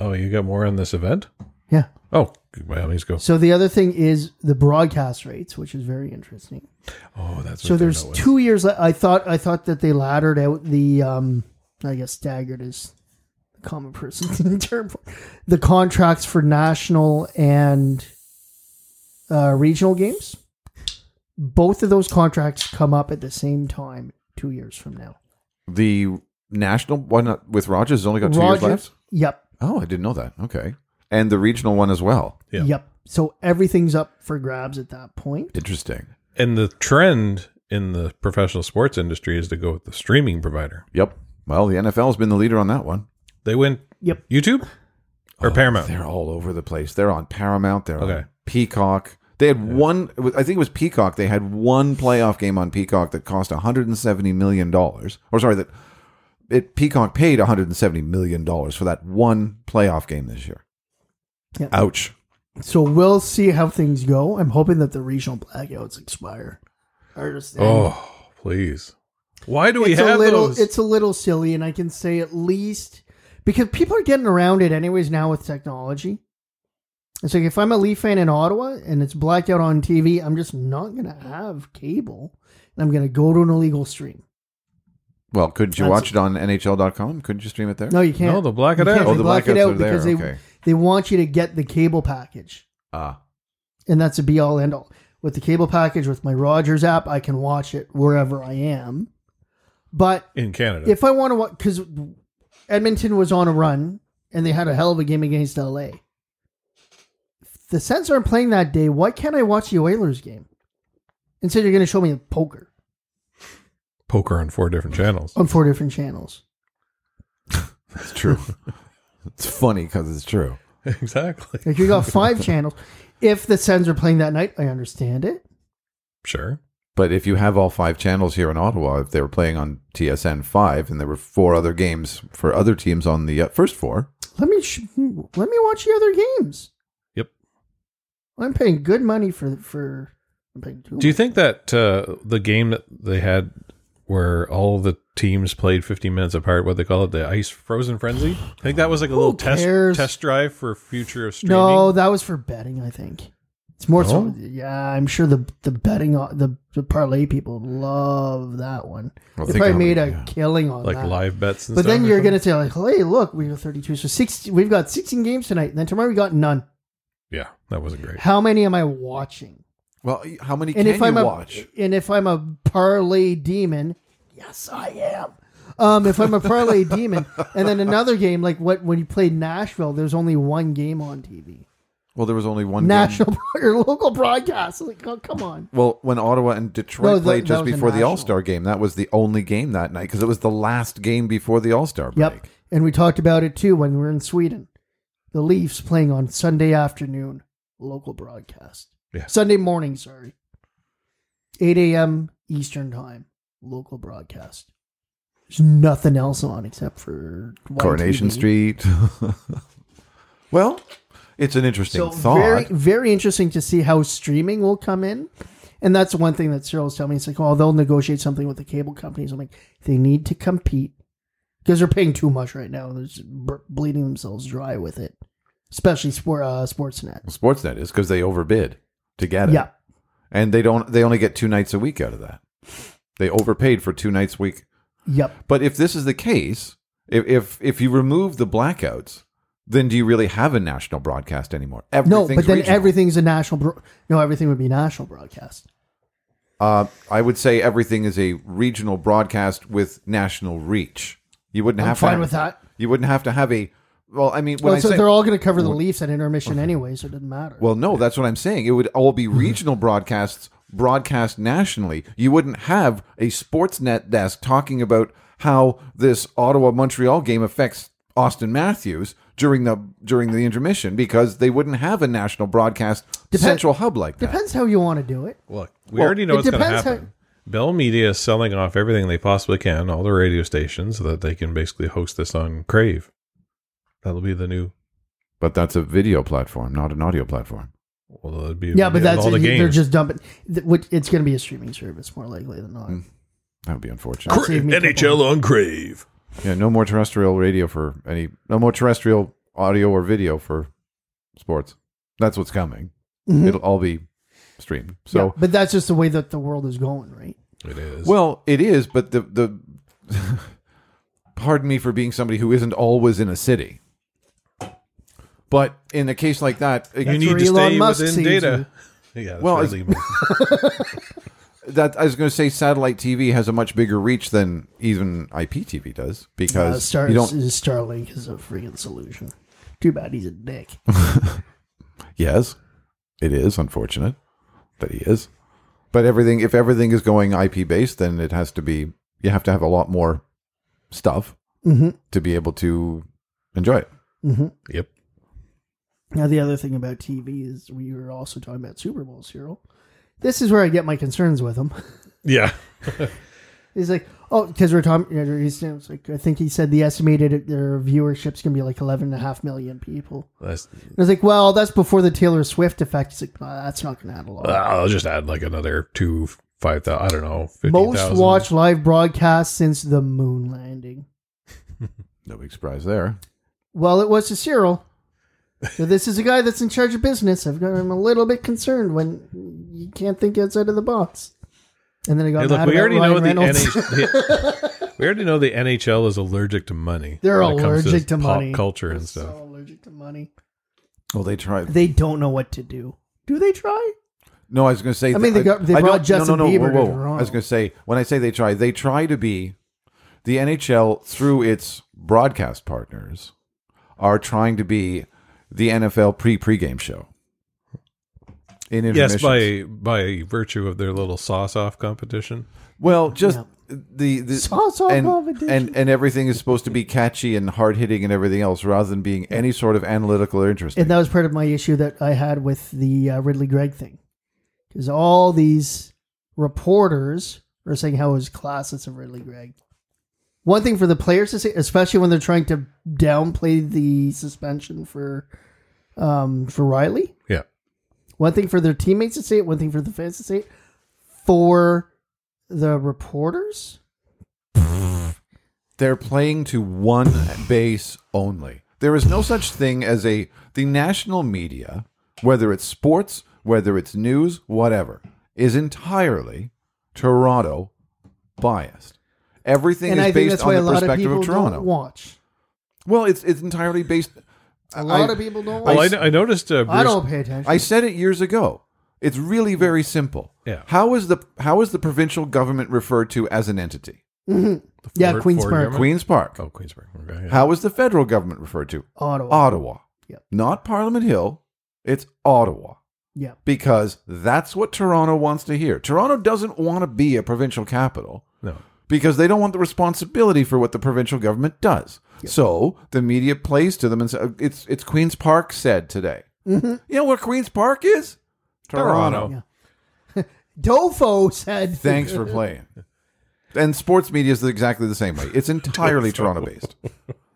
Speaker 5: oh, you got more on this event?
Speaker 6: Yeah.
Speaker 5: Oh, by all means, go.
Speaker 6: So the other thing is the broadcast rates, which is very interesting.
Speaker 5: Oh, that's
Speaker 6: So
Speaker 5: what they're
Speaker 6: there's
Speaker 5: not with.
Speaker 6: two years. le- I thought I thought that they laddered out the. Um, I guess staggered is the common person *laughs* term. For the contracts for national and uh, regional games. Both of those contracts come up at the same time two years from now.
Speaker 4: the national one uh, with Rogers has only got two years left.
Speaker 6: Yep.
Speaker 4: Oh, I didn't know that. Okay. And the regional one as well.
Speaker 5: Yeah.
Speaker 6: Yep. So everything's up for grabs at that point.
Speaker 4: Interesting.
Speaker 5: And the trend in the professional sports industry is to go with the streaming provider.
Speaker 4: Yep. Well, the NFL's been the leader on that one.
Speaker 5: They went
Speaker 6: Yep.
Speaker 5: YouTube
Speaker 4: Oh,
Speaker 5: or Paramount.
Speaker 4: They're all over the place. They're on Paramount. They're
Speaker 5: Okay.
Speaker 4: on Peacock. They had one. it was- I think it was Peacock. They had one playoff game on Peacock that cost 170 million dollars. Or sorry, that it Peacock paid 170 million dollars for that one playoff game this year.
Speaker 6: Yep.
Speaker 4: Ouch.
Speaker 6: So we'll see how things go. I'm hoping that the regional blackouts expire. Or just-
Speaker 5: Oh, please. Why do we
Speaker 6: it's
Speaker 5: have
Speaker 6: a little
Speaker 5: those?
Speaker 6: it's a little silly, and I can say at least because people are getting around it anyways now with technology. It's like if I'm a Leaf fan in Ottawa and it's blacked out on TV, I'm just not gonna have cable, and I'm gonna go to an illegal stream.
Speaker 4: Well, couldn't you
Speaker 6: That's-
Speaker 4: watch it on NHL.com? Couldn't you stream it there?
Speaker 6: No, you can't.
Speaker 5: No, they'll black it
Speaker 6: You
Speaker 5: out.
Speaker 6: can't.
Speaker 5: Oh,
Speaker 6: They
Speaker 4: the
Speaker 6: block it
Speaker 4: blackouts
Speaker 6: out
Speaker 4: are there,
Speaker 6: because they
Speaker 4: okay.
Speaker 6: they want you to get the cable package.
Speaker 4: Ah,
Speaker 6: and that's a be all end all. With the cable package, with my Rogers app, I can watch it wherever I am. But
Speaker 5: in Canada.
Speaker 6: if I want to watch, because Edmonton was on a run and they had a hell of a game against LA. If the Sens aren't playing that day. Why can't I watch the Oilers game? Instead, you're going to show me poker
Speaker 5: Poker on four different channels. *laughs*
Speaker 6: on four different channels.
Speaker 4: it's true. *laughs* it's funny because it's true.
Speaker 5: exactly.
Speaker 6: Like you got five channels. If the Sens are playing that night, I understand it.
Speaker 5: Sure.
Speaker 4: But if you have all five channels here in Ottawa, if they were playing on TSN five, and there were four other games for other teams on the uh, first four,
Speaker 6: Let me sh- let me watch the other games.
Speaker 5: Yep.
Speaker 6: I'm paying good money for for. I'm paying too
Speaker 5: Do you
Speaker 6: much.
Speaker 5: think that uh, the game that they had where all the teams played 15 minutes apart, what they call it, the Ice Frozen Frenzy? I think that was like a little test
Speaker 6: cares?
Speaker 5: test drive for future of streaming. Oh.
Speaker 6: No, that was for betting. I think it's more so.
Speaker 5: No?
Speaker 6: Yeah, I'm sure the the betting on the, the parlay people love that one.
Speaker 4: Well,
Speaker 6: they
Speaker 4: think
Speaker 6: probably
Speaker 4: how
Speaker 6: made
Speaker 4: many-
Speaker 6: a
Speaker 4: yeah.
Speaker 6: killing on
Speaker 5: Like
Speaker 6: that.
Speaker 5: live bets and
Speaker 6: But
Speaker 5: stuff.
Speaker 6: then
Speaker 5: or
Speaker 6: you're
Speaker 5: something?
Speaker 6: gonna say like, hey, look, we got 32, so six. We've got 16 games tonight, and then tomorrow we got none.
Speaker 5: Yeah, that wasn't great.
Speaker 6: How many am I watching?
Speaker 4: well, y- how many
Speaker 6: and
Speaker 4: can
Speaker 6: if I'm
Speaker 4: you
Speaker 6: a
Speaker 4: watch?
Speaker 6: and if I'm a parlay demon, yes I am. Um, if I'm a parlay demon, and then another game like what when you played Nashville, there's only one game on TV.
Speaker 4: Well, there was only one game.
Speaker 6: national *laughs* or local broadcast. Like, oh, come on.
Speaker 4: Well, when Ottawa and Detroit
Speaker 6: No, that-
Speaker 4: played
Speaker 6: that
Speaker 4: just
Speaker 6: was a
Speaker 4: before the
Speaker 6: national.
Speaker 4: All Star game, that was the only game that night because it was the last game before the All Star break.
Speaker 6: Yep. And we talked about it too when we were in Sweden. The Leafs playing on Sunday afternoon, local broadcast.
Speaker 5: Yeah.
Speaker 6: Sunday morning, sorry. 8 a.m. Eastern time, local broadcast. There's nothing else on except for YTV.
Speaker 4: Coronation Street. *laughs* well, it's an interesting
Speaker 6: So
Speaker 4: thought.
Speaker 6: very, very interesting to see how streaming will come in. And that's one thing that Cyril's telling me. It's like, oh, they'll negotiate something with the cable companies. I'm like, they need to compete because they're paying too much right now. They're just b- bleeding themselves dry with it, especially sport, uh, Sportsnet.
Speaker 4: Sportsnet is because they overbid to get it.
Speaker 6: Yeah.
Speaker 4: and they don't. They only get two nights a week out of that. They overpaid for two nights a week.
Speaker 6: Yep.
Speaker 4: But if this is the case, if if, if you remove the blackouts, then do you really have a national broadcast anymore?
Speaker 6: No, but then
Speaker 4: regional.
Speaker 6: everything's a national. Bro- no, everything would be national broadcast.
Speaker 4: Uh, I would say everything is a regional broadcast with national reach. You wouldn't
Speaker 6: I'm
Speaker 4: have
Speaker 6: fine
Speaker 4: to have,
Speaker 6: with that.
Speaker 4: You wouldn't have to have a. Well, I mean, when
Speaker 6: Well,
Speaker 4: I
Speaker 6: so
Speaker 4: say
Speaker 6: they're all going to cover the Leafs at intermission anyway, so it doesn't matter.
Speaker 4: Well, no, that's what I'm saying. It would all be
Speaker 6: Mm-hmm.
Speaker 4: regional broadcasts broadcast nationally. You wouldn't have a Sportsnet desk talking about how this Ottawa Montreal game affects Austin Matthews during the during the intermission because they wouldn't have a national broadcast central hub like that.
Speaker 6: depends how you want to do it.
Speaker 5: Look, we already know
Speaker 6: it
Speaker 5: what's going to
Speaker 6: depends how-
Speaker 5: happen. Bell Media is selling off everything they possibly can, all the radio stations, so that they can basically host this on Crave. That'll be the new.
Speaker 4: But that's a video platform, not an audio platform.
Speaker 5: Well, it'd be
Speaker 6: Yeah, but that's
Speaker 5: all the games.
Speaker 6: they're just dumping. th- which- It's going to be a streaming service more likely than not.
Speaker 4: That would be unfortunate.
Speaker 6: Cra- Save me a couple.
Speaker 5: on Crave.
Speaker 4: Yeah, no more terrestrial radio for any no more terrestrial audio or video for sports. That's what's coming. It'll all be streamed. So
Speaker 6: Mm-hmm. Yeah, but that's just the way that the world is going, right?
Speaker 5: It is.
Speaker 4: Well, it is, but the the *laughs* pardon me for being somebody who isn't always in a city. But in a case like that,
Speaker 5: you
Speaker 6: That's
Speaker 5: need
Speaker 6: where
Speaker 5: to
Speaker 6: Elon
Speaker 5: stay
Speaker 6: Musk
Speaker 5: within
Speaker 6: sees
Speaker 5: data. Yeah, that's
Speaker 4: Well,
Speaker 5: well,
Speaker 4: it's- that I was going to say satellite TV has a much bigger reach than even IPTV does
Speaker 6: Uh,
Speaker 4: because
Speaker 6: Star,
Speaker 4: you don't.
Speaker 6: Starlink is a freaking solution. Too bad he's a dick.
Speaker 4: *laughs* Yes, it is unfortunate that he is, but everything if everything is going IP based, then it has to be you have to have a lot more stuff to be able to enjoy it.
Speaker 5: *laughs* yep.
Speaker 6: Now, the other thing about TV is we were also talking about Super Bowl, Cyril. This is where I get my concerns with him. *laughs*
Speaker 5: Yeah.
Speaker 6: He's like, oh, because we're talking. you know, he's- it's like, I think he said the estimated their viewership's gonna be like 11.5 million people.
Speaker 5: That's,
Speaker 6: And I was like, well, that's before the Taylor Swift effect. He's like, nah, that's not gonna add a lot.
Speaker 5: I'll just add like another two, five thousand. I don't know. 50,
Speaker 6: Most watched live broadcast since the moon landing.
Speaker 4: No big surprise there.
Speaker 6: Well, it was to Cyril. So this is a guy that's in charge of business. I've got I'm a little bit concerned when you can't think outside of the box. And then I got
Speaker 5: Hey, look,
Speaker 6: mad
Speaker 5: we
Speaker 6: about
Speaker 5: already
Speaker 6: Ryan
Speaker 5: know the,
Speaker 6: Reynolds.
Speaker 5: NH- the- *laughs* we already know the NHL is allergic to money.
Speaker 6: *laughs* *laughs* They're
Speaker 5: when it comes
Speaker 6: allergic to
Speaker 5: pop
Speaker 6: money.
Speaker 5: culture and
Speaker 6: So
Speaker 5: stuff.
Speaker 6: allergic to money.
Speaker 4: Well, they tried.
Speaker 6: They don't know what to do. Do they try?
Speaker 4: No, I was going to say.
Speaker 6: I mean, they got- they
Speaker 4: don't-
Speaker 6: brought Justin Bieber to
Speaker 4: I
Speaker 6: Toronto.
Speaker 4: was going to say when I say they try, they try to be the NHL through its broadcast partners are trying to be the NFL pre pregame show. In
Speaker 5: Yes,
Speaker 4: intermissions.
Speaker 5: by by virtue of their little sauce off competition.
Speaker 4: well, just the, the
Speaker 6: Sauce off
Speaker 4: and,
Speaker 6: competition.
Speaker 4: and and everything is supposed to be catchy and hard hitting and everything else, rather than being any sort of analytical or interesting.
Speaker 6: And that was part of my issue that I had with the uh, Ridley Gregg thing. Because all these reporters are saying how it was classics of Ridley Gregg. One thing for the players to say, especially when they're trying to downplay the suspension for um, for Riley.
Speaker 5: Yeah.
Speaker 6: One thing for their teammates to say it. One thing for the fans to say it. For the reporters,
Speaker 4: They're playing to one base only. There is no such thing as a the national media, whether it's sports, whether it's news, whatever, is entirely Toronto biased. Everything
Speaker 6: and
Speaker 4: is
Speaker 6: I think
Speaker 4: based
Speaker 6: that's why a
Speaker 4: on the
Speaker 6: lot of
Speaker 4: perspective
Speaker 6: people
Speaker 4: of Toronto.
Speaker 6: don't watch.
Speaker 4: well, it's it's entirely based.
Speaker 6: A lot of people don't
Speaker 5: Well, I,
Speaker 6: watch.
Speaker 5: I noticed uh, Bruce,
Speaker 6: I, don't pay attention.
Speaker 4: I said it years ago. It's really very simple.
Speaker 5: Yeah.
Speaker 4: How is the how is the provincial government referred to as an entity?
Speaker 6: yeah,
Speaker 5: Ford-
Speaker 6: Queens
Speaker 5: Ford
Speaker 6: Park,
Speaker 5: Government?
Speaker 4: Queens Park.
Speaker 5: Oh, Queensburg. Okay, yeah.
Speaker 4: How is the federal government referred to?
Speaker 6: Ottawa.
Speaker 4: Ottawa,
Speaker 6: Yep.
Speaker 4: not Parliament Hill, It's Ottawa
Speaker 6: Yeah.
Speaker 4: because that's what Toronto wants to hear. Toronto doesn't want to be a provincial capital
Speaker 5: No.
Speaker 4: because they don't want the responsibility for what the provincial government does. So the media plays to them and says, "It's it's Queens Park said today." You know where Queens Park is?
Speaker 5: Mm-hmm. Toronto.
Speaker 6: Dofo said,
Speaker 4: Thanks for playing. And sports media is exactly the same way.
Speaker 5: *laughs*
Speaker 4: It's entirely Toronto based.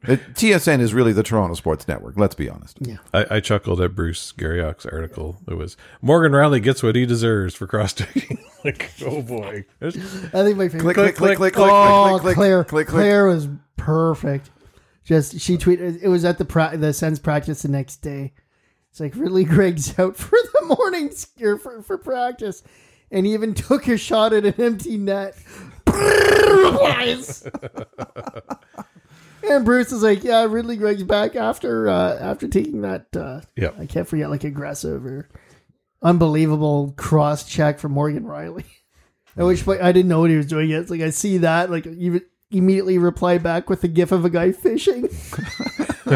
Speaker 4: TSN is really the Toronto Sports Network. Let's be honest.
Speaker 5: I, I chuckled at Bruce Garriock's article. It was Morgan Riley gets what he deserves for cross checking. *laughs* like, oh boy. *laughs* There's-
Speaker 6: I think my favorite.
Speaker 5: Click, click,
Speaker 6: oh, Claire, Claire was perfect. Just she tweeted. It was at the pra- the Sens practice the next day. It's like really, Greg's *laughs* out for the morning sk- or for for practice, and he even took a shot at an empty net. *laughs* Replies. and Bruce is like, "Yeah, Ridley Greg's back after uh, after taking that. Uh,
Speaker 5: Yeah.
Speaker 6: I can't forget like aggressive or unbelievable cross check from Morgan Riley." *laughs* At which point I didn't know what he was doing yet. It's like I see that, like you immediately reply back with the gif of a guy fishing. *laughs*
Speaker 5: Did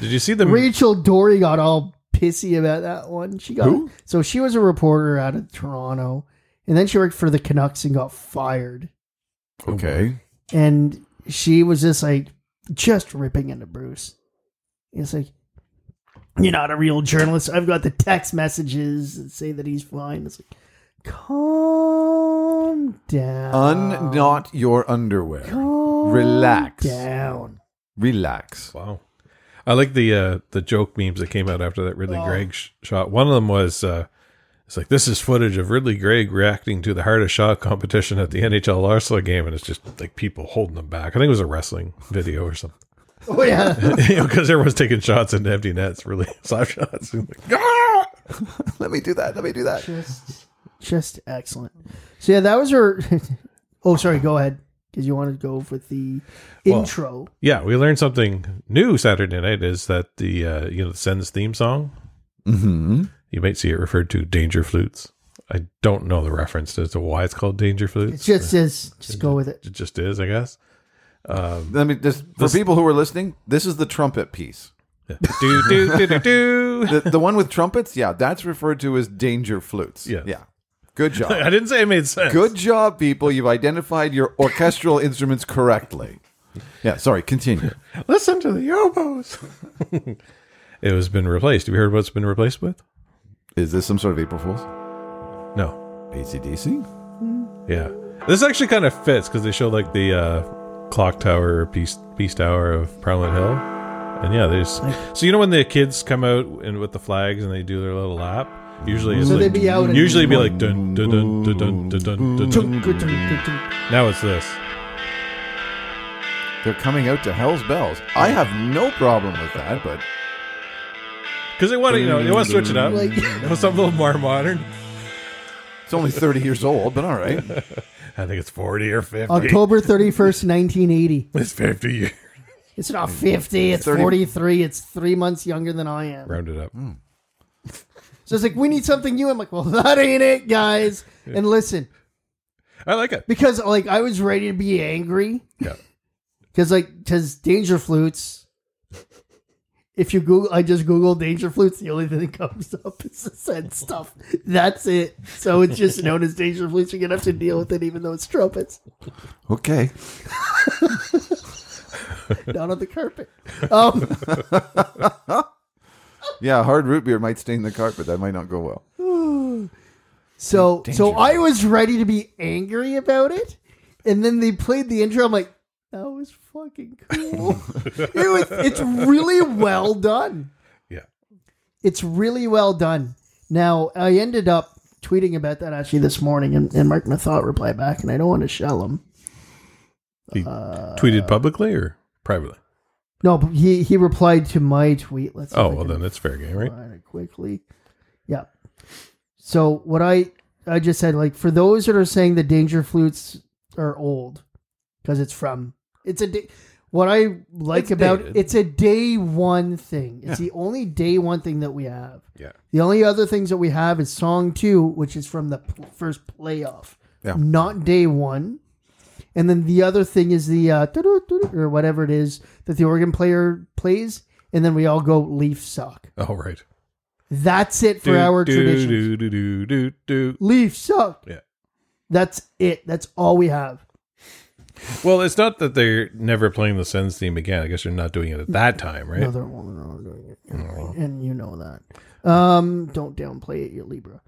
Speaker 5: you see the
Speaker 6: *clears throat* Rachel Dory got all pissy about that one. She got so she was a reporter out of Toronto, and then she worked for the Canucks and got fired.
Speaker 4: Okay.
Speaker 6: And she was just like just ripping into Bruce. It's like you're not a real journalist. I've got the text messages that say that he's fine. It's like calm
Speaker 4: Uh,
Speaker 6: down.
Speaker 4: Unknot your underwear.
Speaker 6: Calm
Speaker 4: Relax.
Speaker 6: down. *laughs*
Speaker 5: *laughs*
Speaker 4: Relax.
Speaker 5: Wow. I like the uh, the joke memes that came out after that Ridley Gregg sh- shot. One of them was uh, it's like this is footage of Ridley Gregg reacting to the hardest shot competition at the NHL Arsenal game, and it's just like people holding them back. I think it was a wrestling video or something *laughs*
Speaker 6: Oh yeah.
Speaker 5: because everyone's taking shots into empty nets, really *laughs* slap shots. And like, "Ah!"
Speaker 4: Let me do that. Let me do that.
Speaker 6: just just excellent. So yeah, that was her. *laughs* oh, sorry. Go ahead because you wanted to go with the intro.
Speaker 5: Yeah, we learned something new Saturday night is that the uh, you know the Sens theme song.
Speaker 6: Mm-hmm.
Speaker 4: hmm
Speaker 5: You might see it referred to danger flutes. I don't know the reference as to why it's called danger flutes.
Speaker 6: It's just is just go with it.
Speaker 5: it just is, I guess.
Speaker 4: Let me just for people who are listening. This is the trumpet piece.
Speaker 5: *laughs* do do do do do.
Speaker 4: The, the one with trumpets. Yeah, that's referred to as danger flutes.
Speaker 5: Yes.
Speaker 4: Yeah. Good
Speaker 5: *laughs*
Speaker 4: job.
Speaker 5: I didn't say it made sense.
Speaker 4: Good job, people. You've identified your orchestral *laughs* instruments correctly. Yeah.
Speaker 5: *laughs*
Speaker 4: Sorry. Continue.
Speaker 5: Listen to the oboes. *laughs* it has been replaced. Have you heard what it's been replaced with?
Speaker 4: Is this some sort of April Fool's?
Speaker 5: No.
Speaker 4: ACDC.
Speaker 5: Yeah. This actually kind of fits because they show like the uh, clock tower or peace peace tower of Parliament Hill, and yeah, there's so you know when the kids come out and with the flags and they do their little lap. Usually, it's
Speaker 6: So
Speaker 5: like,
Speaker 6: they'd be out and-
Speaker 5: Usually, it'd be like dun dun dun dun dun dun dun. dun, dun. *laughs* Now it's this.
Speaker 4: They're coming out to Hell's Bells. I have no problem with that, but
Speaker 5: Because they want to, you know, they want to switch it up. *laughs*
Speaker 6: Like-
Speaker 5: It was something a little more modern.
Speaker 4: it's only 30 years old. But all
Speaker 6: *laughs*
Speaker 4: right.
Speaker 5: I think it's 40 or 50.
Speaker 6: October thirty first, nineteen eighty.
Speaker 5: *laughs* It's 50 years.
Speaker 6: It's not fifty. It's
Speaker 4: 30.
Speaker 6: forty three. It's three months younger than I am.
Speaker 5: Round it up.
Speaker 6: So it's like we need something new. I'm like, well, *laughs* that ain't it, guys. And listen,
Speaker 5: I like
Speaker 6: *laughs*
Speaker 5: it.
Speaker 6: because like I was ready to be angry
Speaker 5: Yeah.
Speaker 6: Because like, because danger flutes. If you Google, I just Google danger flutes. The only thing that comes *laughs* up is the said stuff. That's it. So it's just known as danger flutes. You're gonna have to deal with it, even though it's trumpets
Speaker 4: Okay.
Speaker 6: down on the carpet. Um,
Speaker 4: Yeah, hard root beer might stain the carpet. That might not go well.
Speaker 6: so so I was ready to be angry about it, and then they played the intro. I'm like, that was fucking
Speaker 5: *laughs*
Speaker 6: cool. it was, it's really well done.
Speaker 5: Yeah.
Speaker 6: it's really well done. Now, I ended up tweeting about that actually this morning, and, and Mark Mathot replied back, and I don't want to shell him.
Speaker 5: He
Speaker 6: Uh,
Speaker 5: tweeted publicly or privately?
Speaker 6: No, but he, he replied to my tweet. Let's see if
Speaker 5: Oh,
Speaker 6: I
Speaker 5: well,
Speaker 6: can
Speaker 5: then that's fair game, right?
Speaker 6: find it quickly. Yeah. So what I I just said, like for those that are saying the danger flutes are old, because it's from it's a day. What I like
Speaker 5: It's
Speaker 6: about
Speaker 5: dated.
Speaker 6: it's a day one thing. It's the only day one thing that we have.
Speaker 5: Yeah.
Speaker 6: The only other things that we have is song two, which is from the p- first playoff,
Speaker 4: Yeah.
Speaker 6: not day one. And then the other thing is the uh, doo-doo-doo-doo, or whatever it is that the organ player plays, and then we all go Leaf suck.
Speaker 5: Oh, right.
Speaker 6: That's it for
Speaker 5: Do,
Speaker 6: our
Speaker 5: do,
Speaker 6: traditions.
Speaker 5: Do, do, do, do, do.
Speaker 6: Leafs suck.
Speaker 5: Yeah.
Speaker 6: That's it. That's all we have.
Speaker 5: Well, it's not that they're never playing the Sens theme again. I guess they're not doing it at that time, right?
Speaker 6: No, they're all they're all doing it. And you know that. Um, don't downplay it, you Libra.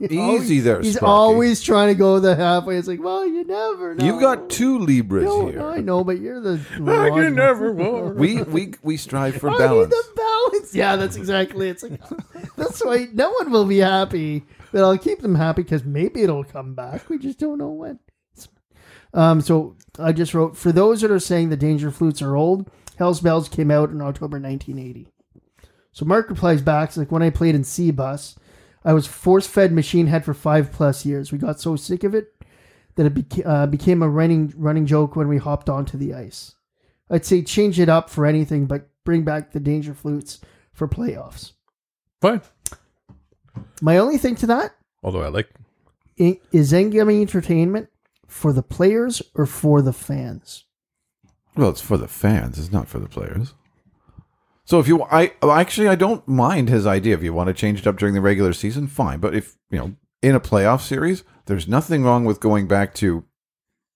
Speaker 4: Easy there,
Speaker 6: He's
Speaker 4: Sparky.
Speaker 6: always trying to go the halfway. It's like, well, you never know.
Speaker 4: You've got two Libras
Speaker 6: no,
Speaker 4: here.
Speaker 6: no, I know, but you're the.
Speaker 5: Like Ah, you never
Speaker 6: *laughs*
Speaker 5: were.
Speaker 4: We we we strive for
Speaker 6: I need
Speaker 4: balance.
Speaker 6: the balance. Yeah, that's exactly. It's like *laughs* that's why no one will be happy, but I'll keep them happy because maybe it'll come back. We just don't know when. Um, so I just wrote for those that are saying the Danger Flutes are old. Hell's Bells came out in October 1980. So Mark replies back, it's like when I played in C Bus, I was force fed Machine Head for five plus years. We got so sick of it that it beca- uh, became a running running joke when we hopped onto the ice. I'd say change it up for anything, but bring back the Danger Flutes for playoffs.
Speaker 5: Fine.
Speaker 6: My only thing to that
Speaker 5: Although I like
Speaker 6: i- is Engami Entertainment for the players or for the fans?
Speaker 4: Well, it's for the fans. It's not for the players. So if you, I actually I don't mind his idea. If you want to change it up during the regular season, fine. But if you know in a playoff series, there's nothing wrong with going back to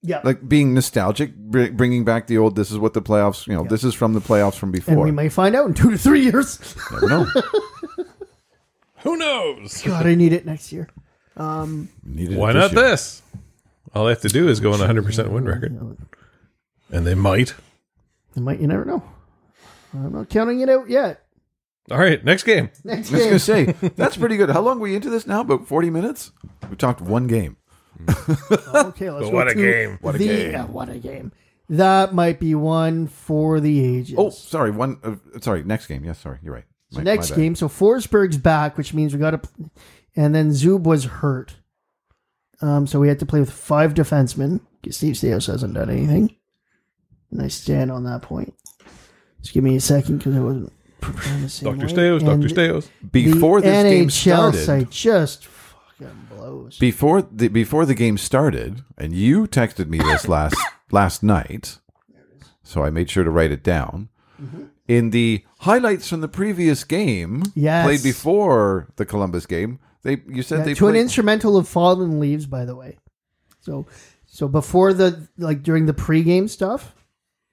Speaker 6: Yeah,
Speaker 4: like being nostalgic, br- bringing back the old. This is what the playoffs. You know, this is from the playoffs from
Speaker 6: and
Speaker 4: before.
Speaker 6: we may find out in two to three years.
Speaker 4: Never know.
Speaker 6: *laughs*
Speaker 5: Who knows?
Speaker 6: God, I need it next year.
Speaker 4: Needed it
Speaker 5: Why not
Speaker 4: year.
Speaker 5: this? All they have to do is go on a hundred percent win record. And they might.
Speaker 6: You Uh, might, you never know. I'm not counting it out yet.
Speaker 5: All right, next game.
Speaker 6: Next
Speaker 4: I was
Speaker 6: game.
Speaker 4: gonna
Speaker 6: *laughs*
Speaker 4: say that's pretty good. How long are we into this now? About forty minutes. We talked one game.
Speaker 6: okay, let's
Speaker 5: But
Speaker 6: go
Speaker 5: what a
Speaker 6: to
Speaker 5: game.
Speaker 4: What a
Speaker 6: the-
Speaker 4: game.
Speaker 6: yeah, what a game. That might be one for the ages.
Speaker 4: Oh, sorry. One. Uh, sorry. Next game. Yes. sorry. You're right.
Speaker 6: so
Speaker 4: My-
Speaker 6: next
Speaker 4: my bad.
Speaker 6: game. So Forsberg's back, which means we got to. And then Zub was hurt, um, so we had to play with five defensemen. 'cause Steve Stamkos hasn't done anything, and I stand on that point. Just give me a second because I wasn't preparing the same
Speaker 5: Dr.
Speaker 6: way.
Speaker 5: Steos,
Speaker 6: And
Speaker 5: Dr. Steos.
Speaker 4: Before
Speaker 6: the
Speaker 4: this
Speaker 6: NHL
Speaker 4: game started,
Speaker 6: site just fucking blows.
Speaker 4: before the before the game started, and you texted me this last last night, so I made sure to write it down.
Speaker 6: Mm-hmm.
Speaker 4: In the highlights from the previous game,
Speaker 6: Yes.
Speaker 4: played before the Columbus game, they you said
Speaker 6: Yeah,
Speaker 4: they
Speaker 6: to an
Speaker 4: played-
Speaker 6: instrumental of Fallen Leaves, by the way. So, so before the like during the pregame stuff,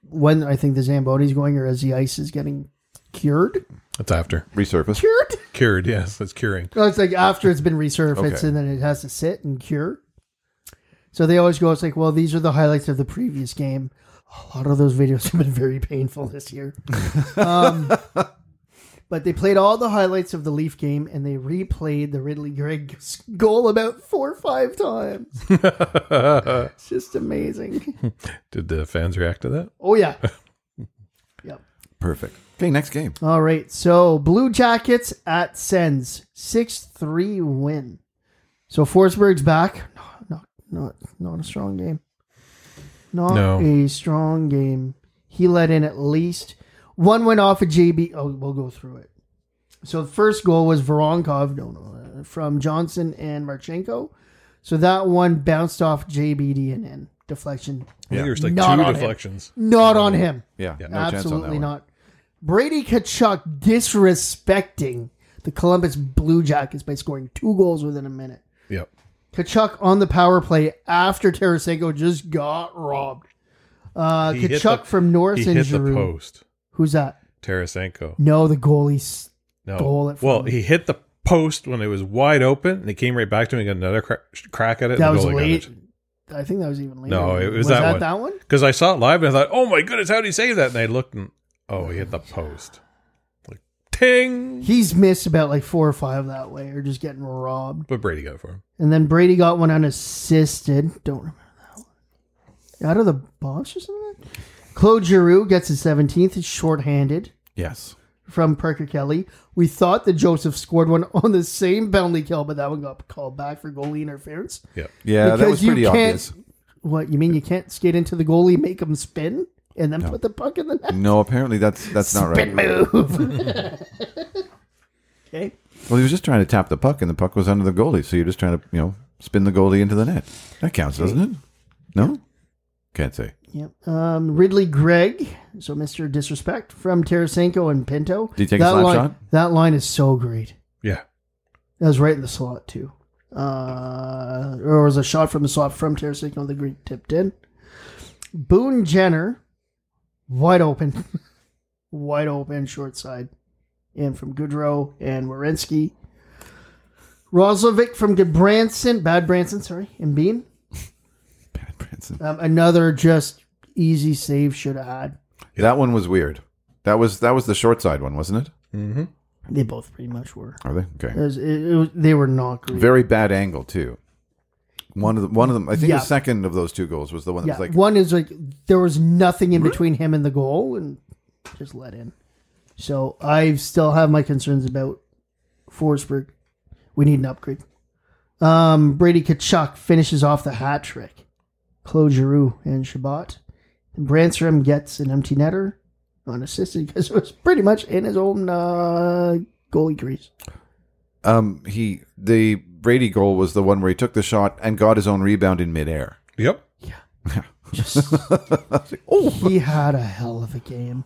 Speaker 6: when I think the Zamboni's going or as the ice is getting cured, *laughs*
Speaker 5: That's after.
Speaker 4: resurfaced.
Speaker 6: cured.
Speaker 5: Cured, yes, that's curing.
Speaker 6: No, it's like after it's been resurfaced
Speaker 4: Okay.
Speaker 6: and then it has to sit and cure. So they always go. It's like, well, these are the highlights of the previous game. A lot of those videos *laughs* have been very painful this year. um, but they played all the highlights of the Leaf game and they replayed the Ridley Gregg goal about four or five times. it's just amazing.
Speaker 5: Did the fans react to that?
Speaker 6: Oh yeah. yep.
Speaker 4: Perfect. Okay, next game.
Speaker 6: All right. So Blue Jackets at Sens. 6 3 win. So Forsberg's back. No, no, not, not a strong game. Not
Speaker 5: No.
Speaker 6: a strong game. He let in at least one went off of JB. Oh, we'll go through it. So the first goal was Voronkov no, no, uh, from Johnson and Marchenko. So that one bounced off JBD and in. Deflection.
Speaker 5: I think there's like
Speaker 6: Not
Speaker 5: two
Speaker 6: on it.
Speaker 5: deflections.
Speaker 6: Not on him.
Speaker 4: Yeah, no chance on that
Speaker 6: Absolutely
Speaker 4: one.
Speaker 6: not. Brady Kachuk disrespecting the Columbus Blue Jackets by scoring two goals within a minute.
Speaker 5: Yep.
Speaker 6: Kachuk on the power play after Tarasenko just got robbed. Uh,
Speaker 5: He hit
Speaker 6: Kachuk
Speaker 5: the-
Speaker 6: from Norris
Speaker 5: He
Speaker 6: and
Speaker 5: hit the
Speaker 6: Giroux.
Speaker 5: post.
Speaker 6: Who's that?
Speaker 5: Tarasenko.
Speaker 6: No, the goalie's.
Speaker 5: No.
Speaker 6: Stole it from
Speaker 5: well,
Speaker 6: him.
Speaker 5: he hit the post when it was wide open, and he came right back to him and got another cra- crack at it.
Speaker 6: That
Speaker 5: and the
Speaker 6: was
Speaker 5: goalie got
Speaker 6: late.
Speaker 5: it.
Speaker 6: I think that was even later.
Speaker 5: No, it was that one.
Speaker 6: that one?
Speaker 5: Because I saw it live and I thought, oh my goodness, how did he save that? And I looked and, oh, he hit the post. Like, ting!
Speaker 6: He's missed about like four or five that way, or just getting robbed.
Speaker 5: But Brady got it for him.
Speaker 6: And then Brady got one unassisted. Don't remember that one. Out of the box or something? Claude Giroux gets his 17th. It's shorthanded
Speaker 4: Yes.
Speaker 6: from Parker Kelly. We thought that Joseph scored one *laughs* on the same penalty kill, but that one got called back for goalie interference.
Speaker 5: Yep.
Speaker 4: Yeah, that
Speaker 6: Because
Speaker 4: was
Speaker 6: you
Speaker 4: pretty
Speaker 6: can't-
Speaker 4: obvious.
Speaker 6: What, you mean you can't skate into the goalie, make him spin, and then put the puck in the net?
Speaker 4: No, apparently that's that's not right.
Speaker 6: *laughs* Okay.
Speaker 4: Well, he was just trying to tap the puck, and the puck was under the goalie. So you're just trying to, you know, spin the goalie into the net. That counts, doesn't it? No, can't say. *laughs*
Speaker 6: Yep. Um, Ridley Gregg, so Mr. Disrespect from Tarasenko and Pinto.
Speaker 4: Did he take a
Speaker 6: that
Speaker 4: slap
Speaker 6: line,
Speaker 4: shot?
Speaker 6: That line is so great.
Speaker 5: Yeah,
Speaker 6: That was right in the slot too. Uh, or was a shot from the slot from Tarasenko. The Greek tipped in. Boone Jenner, wide open, *laughs* wide open, short side, and from Goodrow and Wierenski. Roslovic from Branson, bad Branson, sorry, and Bean.
Speaker 4: Bad Branson.
Speaker 6: Um, another just easy save should have had.
Speaker 4: That one was weird. That was that was the short side one, wasn't it?
Speaker 6: They both pretty much were.
Speaker 4: Are they
Speaker 6: It
Speaker 4: okay?
Speaker 6: was, it, it was, they were not great.
Speaker 4: Very bad angle too. One of them. One of them. I think
Speaker 6: Yeah.
Speaker 4: the second of those two goals was the one that
Speaker 6: yeah,
Speaker 4: was like
Speaker 6: one is like there was nothing in between him and the goal, and just let in. So I still have my concerns about Forsberg. We need an upgrade. Um, Brady Kachuk finishes off the hat trick. Claude Giroux and Shabbat. And Branstrom gets an empty netter, unassisted *laughs* because it was pretty much in his own uh, goalie crease.
Speaker 4: um he the Brady goal was the one where he took the shot and got his own rebound in
Speaker 6: *laughs*
Speaker 4: midair.
Speaker 5: Yep. *laughs*
Speaker 6: Just,
Speaker 5: Oh.
Speaker 6: he had a hell of a game.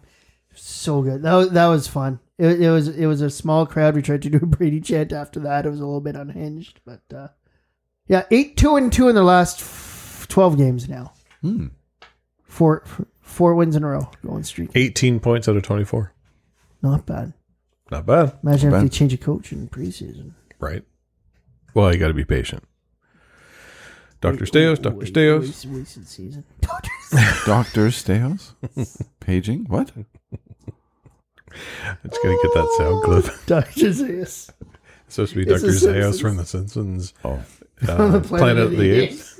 Speaker 6: So good. That was, that was fun. It, it was it was a small crowd. We tried to do a Brady chant after that. It was a little bit unhinged, but uh, yeah, eight two and two in their last f- twelve games now.
Speaker 5: Hmm.
Speaker 6: Four f- four wins in a row, going streak.
Speaker 5: 18 points out of 24.
Speaker 6: Not bad.
Speaker 5: Not bad.
Speaker 6: Imagine
Speaker 4: Not
Speaker 6: if
Speaker 4: bad.
Speaker 6: they change a coach in preseason.
Speaker 5: Right. Well, you got to be patient. Dr. Steos, Dr. Steos.
Speaker 6: Wasted,
Speaker 5: *laughs*
Speaker 6: wasted season. *laughs*
Speaker 4: Doctor Stehos? Paging? What?
Speaker 5: I'm just going to get that sound clip. *laughs*
Speaker 6: Dr. Zeus.
Speaker 5: It's supposed to be
Speaker 6: It's
Speaker 5: Dr.
Speaker 6: the
Speaker 5: Zeos
Speaker 6: Simpsons.
Speaker 5: from The
Speaker 6: *laughs*
Speaker 5: Simpsons.
Speaker 4: Oh.
Speaker 5: Uh, Planet, of the Apes.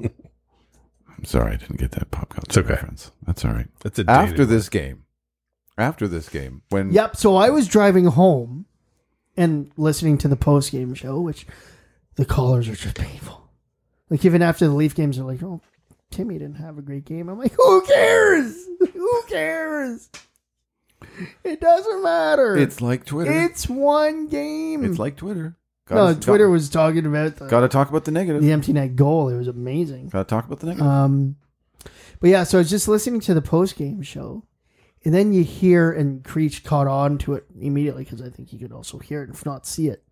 Speaker 4: I'm sorry, I didn't get that pop culture
Speaker 5: okay.
Speaker 4: reference. That's all right.
Speaker 5: It's a dated
Speaker 4: after
Speaker 5: one.
Speaker 4: this game. After this game, when
Speaker 6: Yep. So I was driving home and listening to the post game show, which the callers are just painful. Like even after the Leaf games, they're like, "Oh, Timmy didn't have a great game." I'm like, "Who cares? Who cares? It doesn't matter.
Speaker 4: it's like Twitter. It's,
Speaker 6: It's one game."
Speaker 4: like Twitter.
Speaker 6: no,
Speaker 4: Gotta-
Speaker 6: Twitter
Speaker 4: gotta-
Speaker 6: was talking about the,
Speaker 4: Gotta talk about the negative.
Speaker 6: the empty net goal. It was amazing.
Speaker 4: Gotta talk about the negative.
Speaker 6: Um, but yeah, so I was just listening to the post game show, and then you hear and Creech caught on to it immediately because I think he could also hear it if not see it.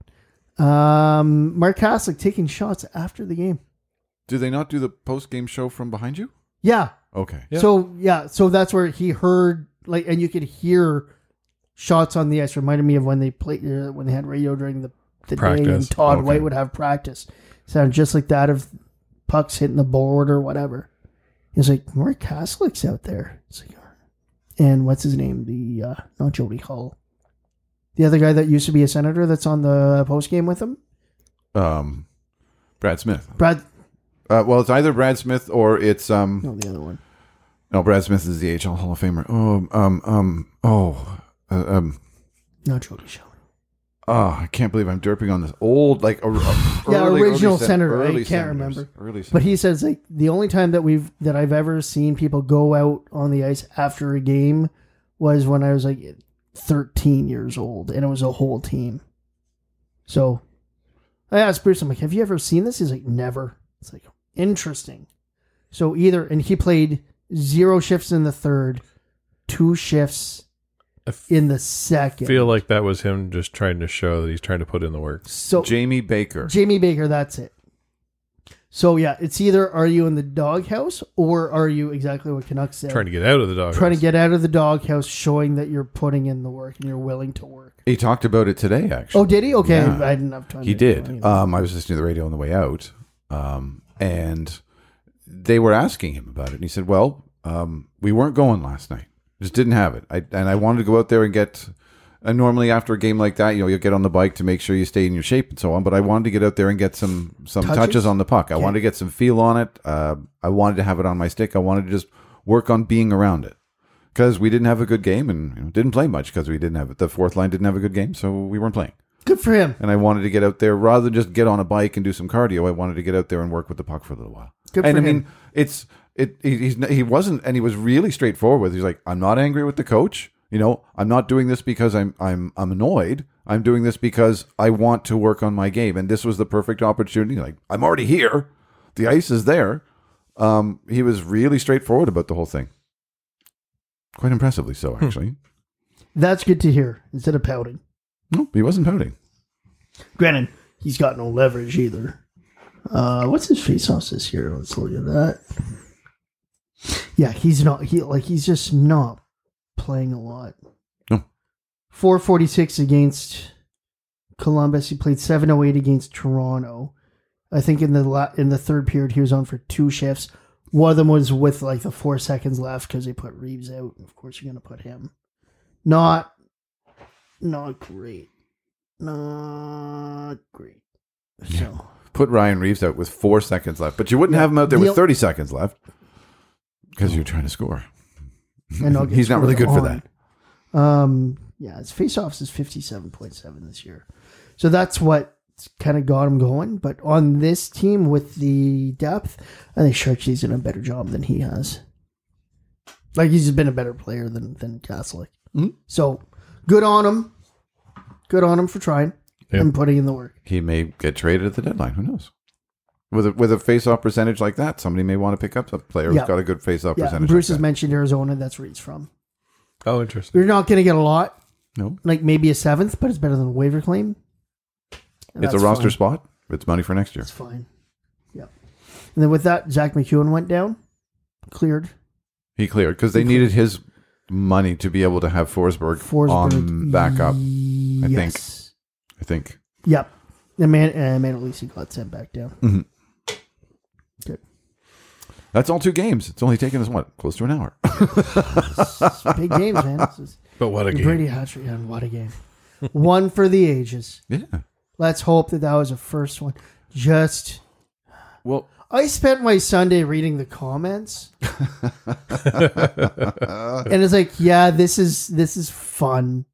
Speaker 6: Um, Mark Haslick taking shots after the game.
Speaker 4: do they not do the post game show from behind you?
Speaker 6: Yeah.
Speaker 4: Okay.
Speaker 6: So yeah, so that's where he heard like, and you could hear shots on the ice. Reminded me of when they played uh, when they had radio during the the day,
Speaker 5: Practice.
Speaker 6: and Todd
Speaker 4: Okay.
Speaker 6: White would have practice. Sounded just like that of pucks hitting the board or whatever. He's like, Mark Kaslick's out there. It's like, and what's his name? The uh, not Jody Hull, the other guy that used to be a senator that's on the post game with him,
Speaker 4: Um Brad Smith.
Speaker 6: Brad.
Speaker 4: Uh, well, it's either Brad Smith or it's um
Speaker 6: No, the other one.
Speaker 4: no Brad Smith is the HL Hall of Famer. Oh um um oh uh, um
Speaker 6: Not Jody Shaw.
Speaker 4: oh I can't believe I'm derping on this old like or,
Speaker 6: Yeah,
Speaker 4: early-
Speaker 6: original
Speaker 4: sen-
Speaker 6: senator, I can't
Speaker 4: senators.
Speaker 6: remember.
Speaker 4: Early
Speaker 6: But
Speaker 4: senators.
Speaker 6: he says like the only time that we've that I've ever seen people go out on the ice after a game was when I was like 13 years old, and it was a whole team. So I asked Bruce, I'm like, "Have you ever seen this?" He's like, "Never." It's like interesting. So either and he played zero shifts in the third, two shifts
Speaker 5: I f-
Speaker 6: in the second.
Speaker 5: feel like that was him just trying to show that he's trying to put in the work.
Speaker 6: so
Speaker 4: Jamie Baker.
Speaker 6: Jamie Baker, that's it. So yeah, it's either are you in the doghouse or are you exactly what Canucks said,
Speaker 5: Trying to get out of the dog.
Speaker 6: trying to get out of the doghouse, showing that you're putting in the work and you're willing to work.
Speaker 4: He talked about it today, actually.
Speaker 6: Oh, did he? Okay,
Speaker 4: Yeah.
Speaker 6: I didn't have time.
Speaker 4: he
Speaker 6: to-
Speaker 4: did. Um, I was listening to the radio on the way out, um, and they were asking him about it, and he said, "Well, um, we weren't going last night. Just didn't have it. I and I wanted to go out there and get." And normally after a game like that, you know, you'll get on the bike to make sure you stay in your shape and so on. But I wanted to get out there and get some some touches,
Speaker 6: Touches?
Speaker 4: on the puck. I wanted to get some feel on it. Uh, I wanted to have it on my stick. I wanted to just work on being around it because we didn't have a good game and you know, didn't play much because we didn't have it. The fourth line didn't have a good game, so we weren't playing
Speaker 6: Good for him.
Speaker 4: and I wanted to get out there rather than just get on a bike and do some cardio. I wanted to get out there and work with the puck for a little while.
Speaker 6: Good
Speaker 4: and
Speaker 6: for
Speaker 4: I mean,
Speaker 6: him.
Speaker 4: it's it. He, he's he wasn't, and he was really straightforward with. it. He's like, I'm not angry with the coach. You know, I'm not doing this because I'm I'm I'm annoyed. I'm doing this because I want to work on my game, and this was the perfect opportunity. Like, I'm already here. The ice is there. Um, he was really straightforward about the whole thing. Quite impressively
Speaker 6: Hmm.
Speaker 4: so, actually.
Speaker 6: That's good to hear. Instead of pouting,
Speaker 4: Nope, he wasn't pouting.
Speaker 6: Granted, he's got no leverage either. Uh, what's his face off this year? Let's look at that. Yeah, he's not. He like he's just not playing a lot.
Speaker 4: No.
Speaker 6: Four forty six against Columbus. He played seven oh eight against Toronto. I think in the la- in the third period he was on for two shifts. One of them was with like the four seconds left because they put Reeves out. Of course, you're going to put him. Not, not great. Not great.
Speaker 4: *laughs*
Speaker 6: So
Speaker 4: Put Ryan Reeves out with four seconds left, but you wouldn't have him out there
Speaker 6: Neil-
Speaker 4: with 30 seconds left because you're trying to score.
Speaker 6: and I'll get
Speaker 4: He's not really good
Speaker 6: screwed
Speaker 4: for
Speaker 6: on.
Speaker 4: that.
Speaker 6: Um, yeah, his faceoffs is fifty seven point seven this year, so that's what kind of got him going. But on this team with the depth, I think Sharky's in a better job than he has. Like he's been a better player than than Gaslick.
Speaker 4: Mm-hmm.
Speaker 6: So good on him. Good on him for trying
Speaker 5: Yeah.
Speaker 6: and putting in the work.
Speaker 4: He may get traded at the deadline. Who knows? With a, with a face-off percentage like that, somebody may want to pick up a player
Speaker 6: Yeah.
Speaker 4: who's got a good face-off
Speaker 6: Yeah,
Speaker 4: percentage.
Speaker 6: Bruce
Speaker 4: like
Speaker 6: has
Speaker 4: that.
Speaker 6: mentioned Arizona. That's where he's from.
Speaker 5: Oh, interesting.
Speaker 6: You're not going to get a lot,
Speaker 4: no,
Speaker 6: like maybe a seventh, but it's better than a waiver claim. And
Speaker 4: it's a
Speaker 6: that's
Speaker 4: roster
Speaker 6: fine.
Speaker 4: spot. It's money for next year.
Speaker 6: It's fine. Yep. And then with that, Zach McEwen went down, cleared.
Speaker 4: He cleared because they needed his money to be able to have Forsberg,
Speaker 6: Forsberg,
Speaker 4: on backup. I think.
Speaker 6: yes.
Speaker 4: I think.
Speaker 6: Yep. The man, uh, man, at least he got sent
Speaker 4: *laughs*
Speaker 6: back down. Good.
Speaker 4: That's all two games. It's only taken us what close to an hour. *laughs*
Speaker 6: It's big games, man. This is
Speaker 5: But what a
Speaker 6: the
Speaker 5: game.
Speaker 6: Brady hat trick, and what a game! one for the ages.
Speaker 4: yeah.
Speaker 6: Let's hope that that was a first one. Just
Speaker 4: Well,
Speaker 6: I spent my Sunday reading
Speaker 4: *laughs*
Speaker 6: the comments. and it's like, yeah, this is this is fun.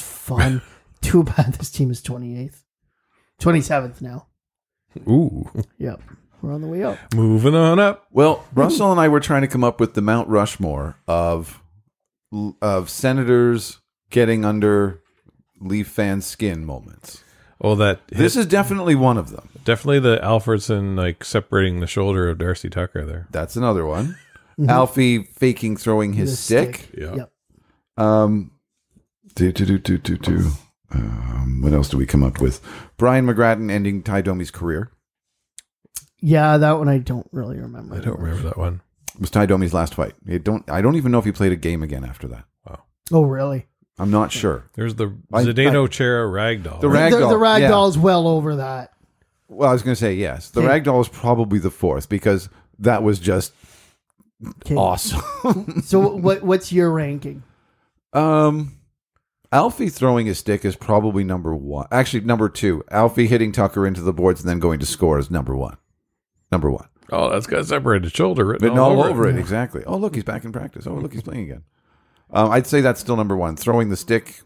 Speaker 4: *laughs*
Speaker 6: fun. Too bad this team is 28th. 27th now.
Speaker 5: Ooh. *laughs*
Speaker 6: Yep. We're on the way up.
Speaker 5: Moving on up.
Speaker 4: well, *laughs* Russell and I were trying to come up with the Mount Rushmore of of senators getting under Leaf fan skin moments.
Speaker 5: Oh, that
Speaker 4: This is definitely one of them.
Speaker 5: definitely the Alfredson like separating the shoulder of Darcy Tucker there.
Speaker 4: That's another *laughs* one. Alfie faking throwing his
Speaker 6: The
Speaker 4: stick.
Speaker 5: Yeah.
Speaker 6: Yep.
Speaker 4: Um, do, do, do, do, do, do. Um, what else do we come up with? Brian McGrattan ending Ty Domi's career.
Speaker 6: Yeah, that one I don't really remember.
Speaker 5: I don't remember that one.
Speaker 4: It was Ty Domi's last fight. It don't. I don't even know if he played a game again after that.
Speaker 6: Oh, really?
Speaker 4: I'm not sure.
Speaker 5: There's the
Speaker 4: I-
Speaker 5: Zdeno Chera Ragdoll.
Speaker 4: The
Speaker 5: right?
Speaker 6: The,
Speaker 4: ragdoll.
Speaker 6: the
Speaker 4: yeah.
Speaker 6: Ragdoll's well over that.
Speaker 4: Well, I was going to say yes. The ragdoll was probably the fourth because that was just
Speaker 6: Okay.
Speaker 4: awesome. *laughs*
Speaker 6: So *laughs* what what's your ranking?
Speaker 4: Um, Alfie throwing his stick is probably number one. Actually, number two. Alfie hitting Tucker into the boards and then going to score is number one. Number one.
Speaker 5: oh, that's got separated shoulder written
Speaker 4: Written
Speaker 5: all, over it.
Speaker 4: exactly. Oh, look, he's back in practice. Oh, look, he's playing again. Um, I'd say that's still number one. Throwing the stick.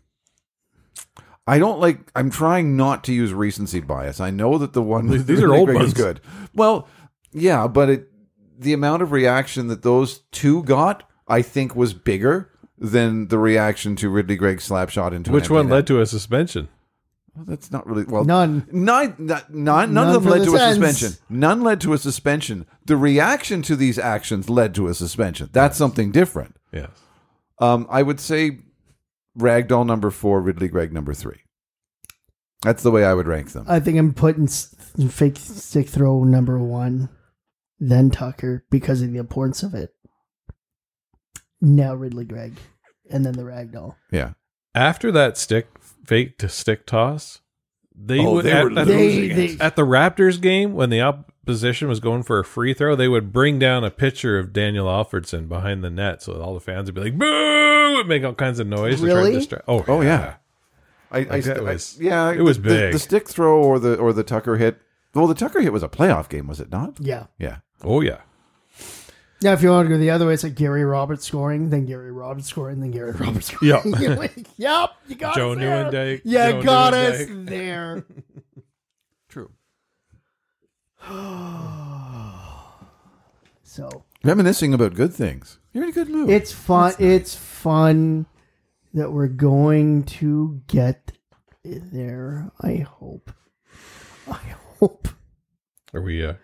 Speaker 4: I don't like. I'm trying not to use recency bias. I know that the one
Speaker 5: These- these are old
Speaker 4: is
Speaker 5: ones.
Speaker 4: good. Well, yeah, but it the amount of reaction that those two got, I think, was bigger than the reaction to Ridley Gregg's slap shot into an
Speaker 5: Which
Speaker 4: empty
Speaker 5: one
Speaker 4: net.
Speaker 5: led to a suspension?
Speaker 4: Well, that's not really well.
Speaker 6: None.
Speaker 4: None. None. None,
Speaker 6: None
Speaker 4: of them
Speaker 6: for
Speaker 4: led
Speaker 6: the
Speaker 4: to a
Speaker 6: Sens.
Speaker 4: suspension. None led to a suspension. The reaction to these actions led to a suspension. That's something different.
Speaker 5: Yes.
Speaker 4: Um, I would say Ragdoll number four, Ridley Gregg number three. That's the way I would rank them.
Speaker 6: I think I'm putting s- fake stick throw number one, then Tucker because of the importance of it. Now Ridley Gregg, and then the Ragdoll.
Speaker 4: yeah.
Speaker 5: After that stick fake to stick toss, they
Speaker 4: Oh,
Speaker 5: would
Speaker 4: they
Speaker 5: at,
Speaker 4: were
Speaker 5: at-
Speaker 6: losing They- it. they-
Speaker 5: at the Raptors game when the opposition was going for a free throw, they would bring down a picture of Daniel Alfredson behind the net, so that all the fans would be like "boo" and make all kinds of noise to try
Speaker 6: Really?
Speaker 5: to distract. Oh,
Speaker 4: Oh, yeah. I, I,
Speaker 5: that
Speaker 4: I-
Speaker 5: was-
Speaker 4: yeah.
Speaker 5: it was
Speaker 4: the- The,
Speaker 5: big.
Speaker 4: the stick throw or the or the Tucker hit. Well, the Tucker hit was a playoff game, was it not?
Speaker 6: Yeah.
Speaker 4: Yeah.
Speaker 5: oh yeah.
Speaker 6: Now, if you want to go the other way, it's like Gary Roberts scoring, then Gary Roberts scoring, then Gary Roberts scoring.
Speaker 5: Yeah.
Speaker 6: *laughs* You're like, yep, you got
Speaker 5: Joe
Speaker 6: us there.
Speaker 5: Newendike,
Speaker 6: You
Speaker 5: Joe
Speaker 6: got
Speaker 5: Newendike.
Speaker 6: us *laughs* there. *sighs*
Speaker 4: True.
Speaker 6: So
Speaker 4: Reminiscing about good things. You're in a good mood.
Speaker 6: it's fun. It's fun that we're going to get there. I hope. I hope.
Speaker 5: Are we? Uh,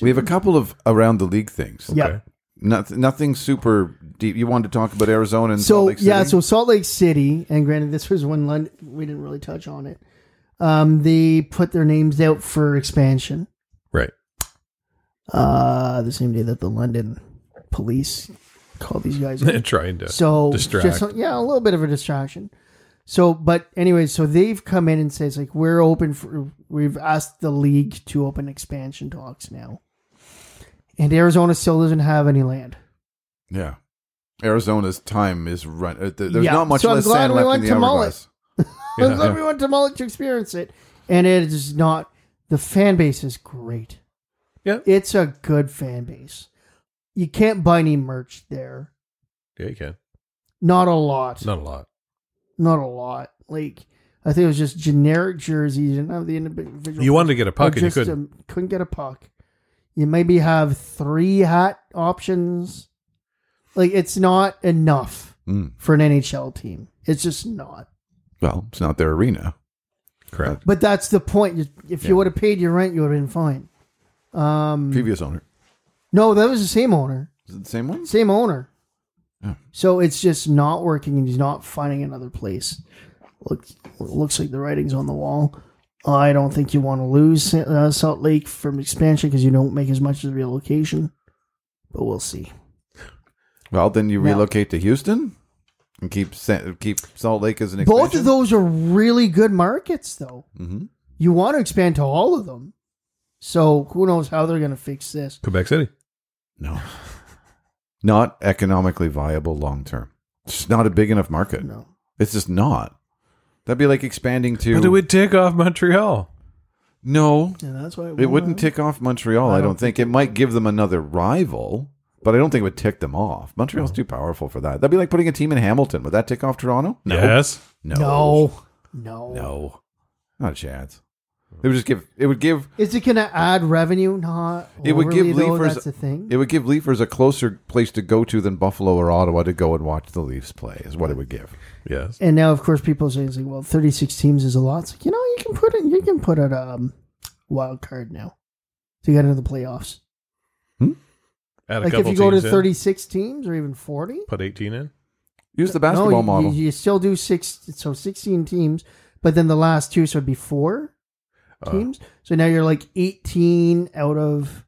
Speaker 4: we have a couple of around the league things.
Speaker 6: Yeah.
Speaker 5: okay.
Speaker 4: Noth- nothing super deep. You wanted to talk about Arizona and
Speaker 6: so
Speaker 4: Salt Lake City?
Speaker 6: yeah, so Salt Lake City, and granted, this was one London, we didn't really touch on it. Um, they put their names out for expansion
Speaker 5: Right. *laughs*
Speaker 6: uh, the same day that the London police called
Speaker 4: *laughs*
Speaker 6: these guys. out.
Speaker 5: Trying to.
Speaker 6: so
Speaker 5: distract.
Speaker 6: Just, yeah, a little bit of a distraction. So, but anyway, so they've come in and says like we're open for we've asked the league to open expansion talks now, and Arizona still doesn't have any land.
Speaker 4: Yeah. Arizona's time is run. Uh, th- there's
Speaker 6: Yeah.
Speaker 4: not much
Speaker 6: So I'm
Speaker 4: less
Speaker 6: glad
Speaker 4: sand
Speaker 6: we
Speaker 4: left in
Speaker 6: went
Speaker 4: the
Speaker 6: to
Speaker 5: Yeah.
Speaker 4: hourglass.
Speaker 6: Allows everyone to mullet to experience it, and it is not. The fan base is great.
Speaker 5: Yeah.
Speaker 6: it's a good fan base. You can't buy any merch there.
Speaker 5: Yeah, you can.
Speaker 6: Not a lot.
Speaker 5: Not a lot.
Speaker 6: not a lot. Like I think it was just generic jerseys. You didn't have the individual.
Speaker 5: You wanted to get a puck and
Speaker 6: Or
Speaker 5: you
Speaker 6: just,
Speaker 5: couldn't.
Speaker 6: um, couldn't get a puck. You maybe have three hat options. Like it's not enough
Speaker 5: Hmm.
Speaker 4: Mm.
Speaker 6: for an NHL team. It's just not.
Speaker 4: Well, it's not their arena.
Speaker 5: Correct.
Speaker 6: But that's the point. You- If
Speaker 4: Yeah.
Speaker 6: you would have paid your rent, you would have been fine. Mm.
Speaker 4: Previous owner.
Speaker 6: No, that was the same owner.
Speaker 4: Is it the same one?
Speaker 6: Same owner.
Speaker 4: Oh.
Speaker 6: So it's just not working, and he's not finding another place. Looks looks like the writing's on the wall. I don't think you want to lose uh, Salt Lake from expansion because you don't make as much as relocation. But we'll see.
Speaker 4: Well, then you
Speaker 6: No.
Speaker 4: relocate to Houston and keep Sa- keep Salt Lake as an expansion.
Speaker 6: Both of those are really good markets, though.
Speaker 4: Mhm.
Speaker 6: You want to expand to all of them. So who knows how they're going to fix this?
Speaker 5: Quebec City.
Speaker 4: No. *laughs* Not economically viable long term. It's just not a big enough market.
Speaker 6: No.
Speaker 4: It's just not. That'd be like expanding to.
Speaker 5: But it would take off Montreal.
Speaker 4: no,
Speaker 6: And that's why
Speaker 4: it wouldn't tick off Montreal. I don't, think. It might give them another rival, but I don't think it would tick them off. Montreal's too powerful for that. That'd be like putting a team in Hamilton. Would that tick off Toronto? No.
Speaker 5: Yes.
Speaker 4: No.
Speaker 6: No, no,
Speaker 4: No. Not a chance. It would just give. It would give.
Speaker 6: Is it going to add revenue? Not.
Speaker 4: It would give
Speaker 6: overly, though,
Speaker 4: Leafers-
Speaker 6: That's the thing.
Speaker 4: It would give Leafers a closer place to go to than Buffalo or Ottawa to go and watch the Leafs play. Is what it would give.
Speaker 5: Yes.
Speaker 6: And now, of course, people are saying, it's like, "Well, thirty-six teams is a lot." It's like, you know, you can put it, you can put it um, wild card now to get into the playoffs.
Speaker 5: Add a
Speaker 6: Like if
Speaker 5: couple
Speaker 6: you go to
Speaker 5: teams in,
Speaker 6: thirty-six teams or even forty,
Speaker 5: put 18 in.
Speaker 4: Use the
Speaker 6: no,
Speaker 4: basketball
Speaker 6: you,
Speaker 4: model.
Speaker 6: you, you still do six, so sixteen teams, but then the last two, so it'd be four
Speaker 5: Uh.
Speaker 6: teams. So now you're like eighteen out of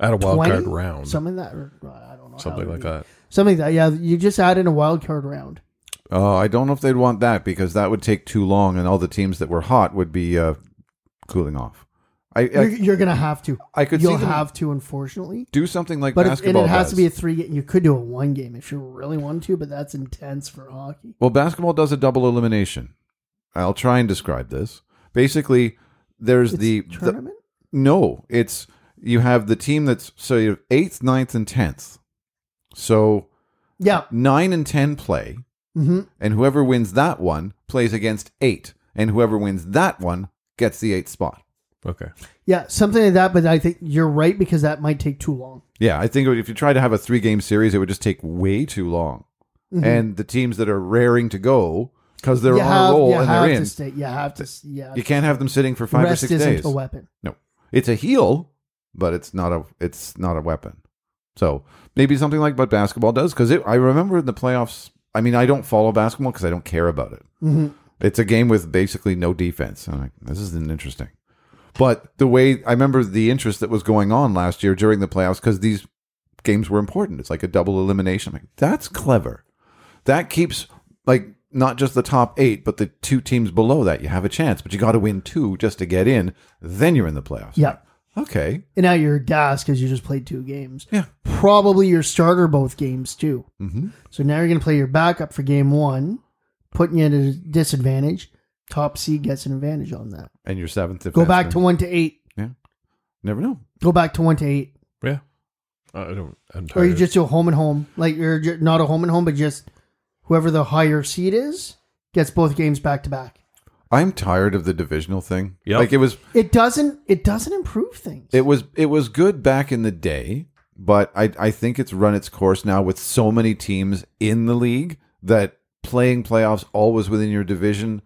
Speaker 5: Add a wild
Speaker 6: 20?
Speaker 5: card round.
Speaker 6: something that or, I don't know, how
Speaker 5: something
Speaker 6: it'd
Speaker 5: like
Speaker 6: be.
Speaker 5: that.
Speaker 6: Something like that, yeah, you just add in a wild card round.
Speaker 4: Oh, I don't know if they'd want that because that would take too long, and all the teams that were hot would be uh, cooling off. I,
Speaker 6: You're,
Speaker 4: I
Speaker 6: you're gonna have to.
Speaker 4: I could see
Speaker 6: You'll
Speaker 4: them-
Speaker 6: have to, unfortunately.
Speaker 4: do something like
Speaker 6: But if, and
Speaker 4: basketball.
Speaker 6: it has
Speaker 4: does.
Speaker 6: to be a three. You could do a one game if you really want to, but that's intense for hockey.
Speaker 4: Well, basketball does a double elimination. I'll try and describe this. Basically, there's the, the-
Speaker 6: tournament.
Speaker 4: no, it's you have the team that's so you have eighth, ninth, and tenth. So
Speaker 6: yeah,
Speaker 4: nine and ten play,
Speaker 6: Mhm.
Speaker 4: and whoever wins that one plays against eight, and whoever wins that one gets the eighth spot.
Speaker 5: Okay.
Speaker 6: yeah, something like that. But I think you're right because that might take too long.
Speaker 4: Yeah, I think if you try to have a three game series, it would just take way too long. And the teams that are raring to go because they're
Speaker 6: Mm-hmm. you
Speaker 4: on
Speaker 6: have,
Speaker 4: a roll
Speaker 6: you
Speaker 4: and
Speaker 6: have
Speaker 4: they're in,
Speaker 6: to stay. You have to. s- Yeah,
Speaker 4: you can't have them sitting for five
Speaker 6: rest
Speaker 4: or 6
Speaker 6: isn't
Speaker 4: days.
Speaker 6: a weapon.
Speaker 4: No, it's a heel, but it's not a it's not a weapon. So maybe something like what basketball does because I remember in the playoffs. I mean, I don't follow basketball because I don't care about it. It's a game with basically no defense. I'm like, this isn't interesting. But the way I remember the interest that was going on last year during the playoffs because these games were important. It's like a double elimination. I'm like, that's clever. That keeps like not just the top eight, but the two teams below that. You have a chance, but you got to win two just to get in. Then you're in the playoffs.
Speaker 6: Yeah,
Speaker 4: Okay.
Speaker 6: and now you're gassed because you just played two games.
Speaker 4: Yeah.
Speaker 6: probably your starter both games too.
Speaker 4: Mm-hmm.
Speaker 6: So now you're going to play your backup for game one, putting you at a disadvantage. Top seed gets an advantage on that.
Speaker 4: And you're seventh.
Speaker 6: Go back to one to eight.
Speaker 4: Never know.
Speaker 6: Go back to one to eight.
Speaker 5: Yeah. I don't. I'm tired.
Speaker 6: or you just do a home and home, like you're ju- not a home and home, but just whoever the higher seed is gets both games back to back.
Speaker 4: I'm tired of the divisional thing.
Speaker 5: Yep.
Speaker 4: Like it was
Speaker 6: It doesn't. It doesn't improve things.
Speaker 4: It was it was good back in the day, but I I think it's run its course now with so many teams in the league that playing playoffs always within your division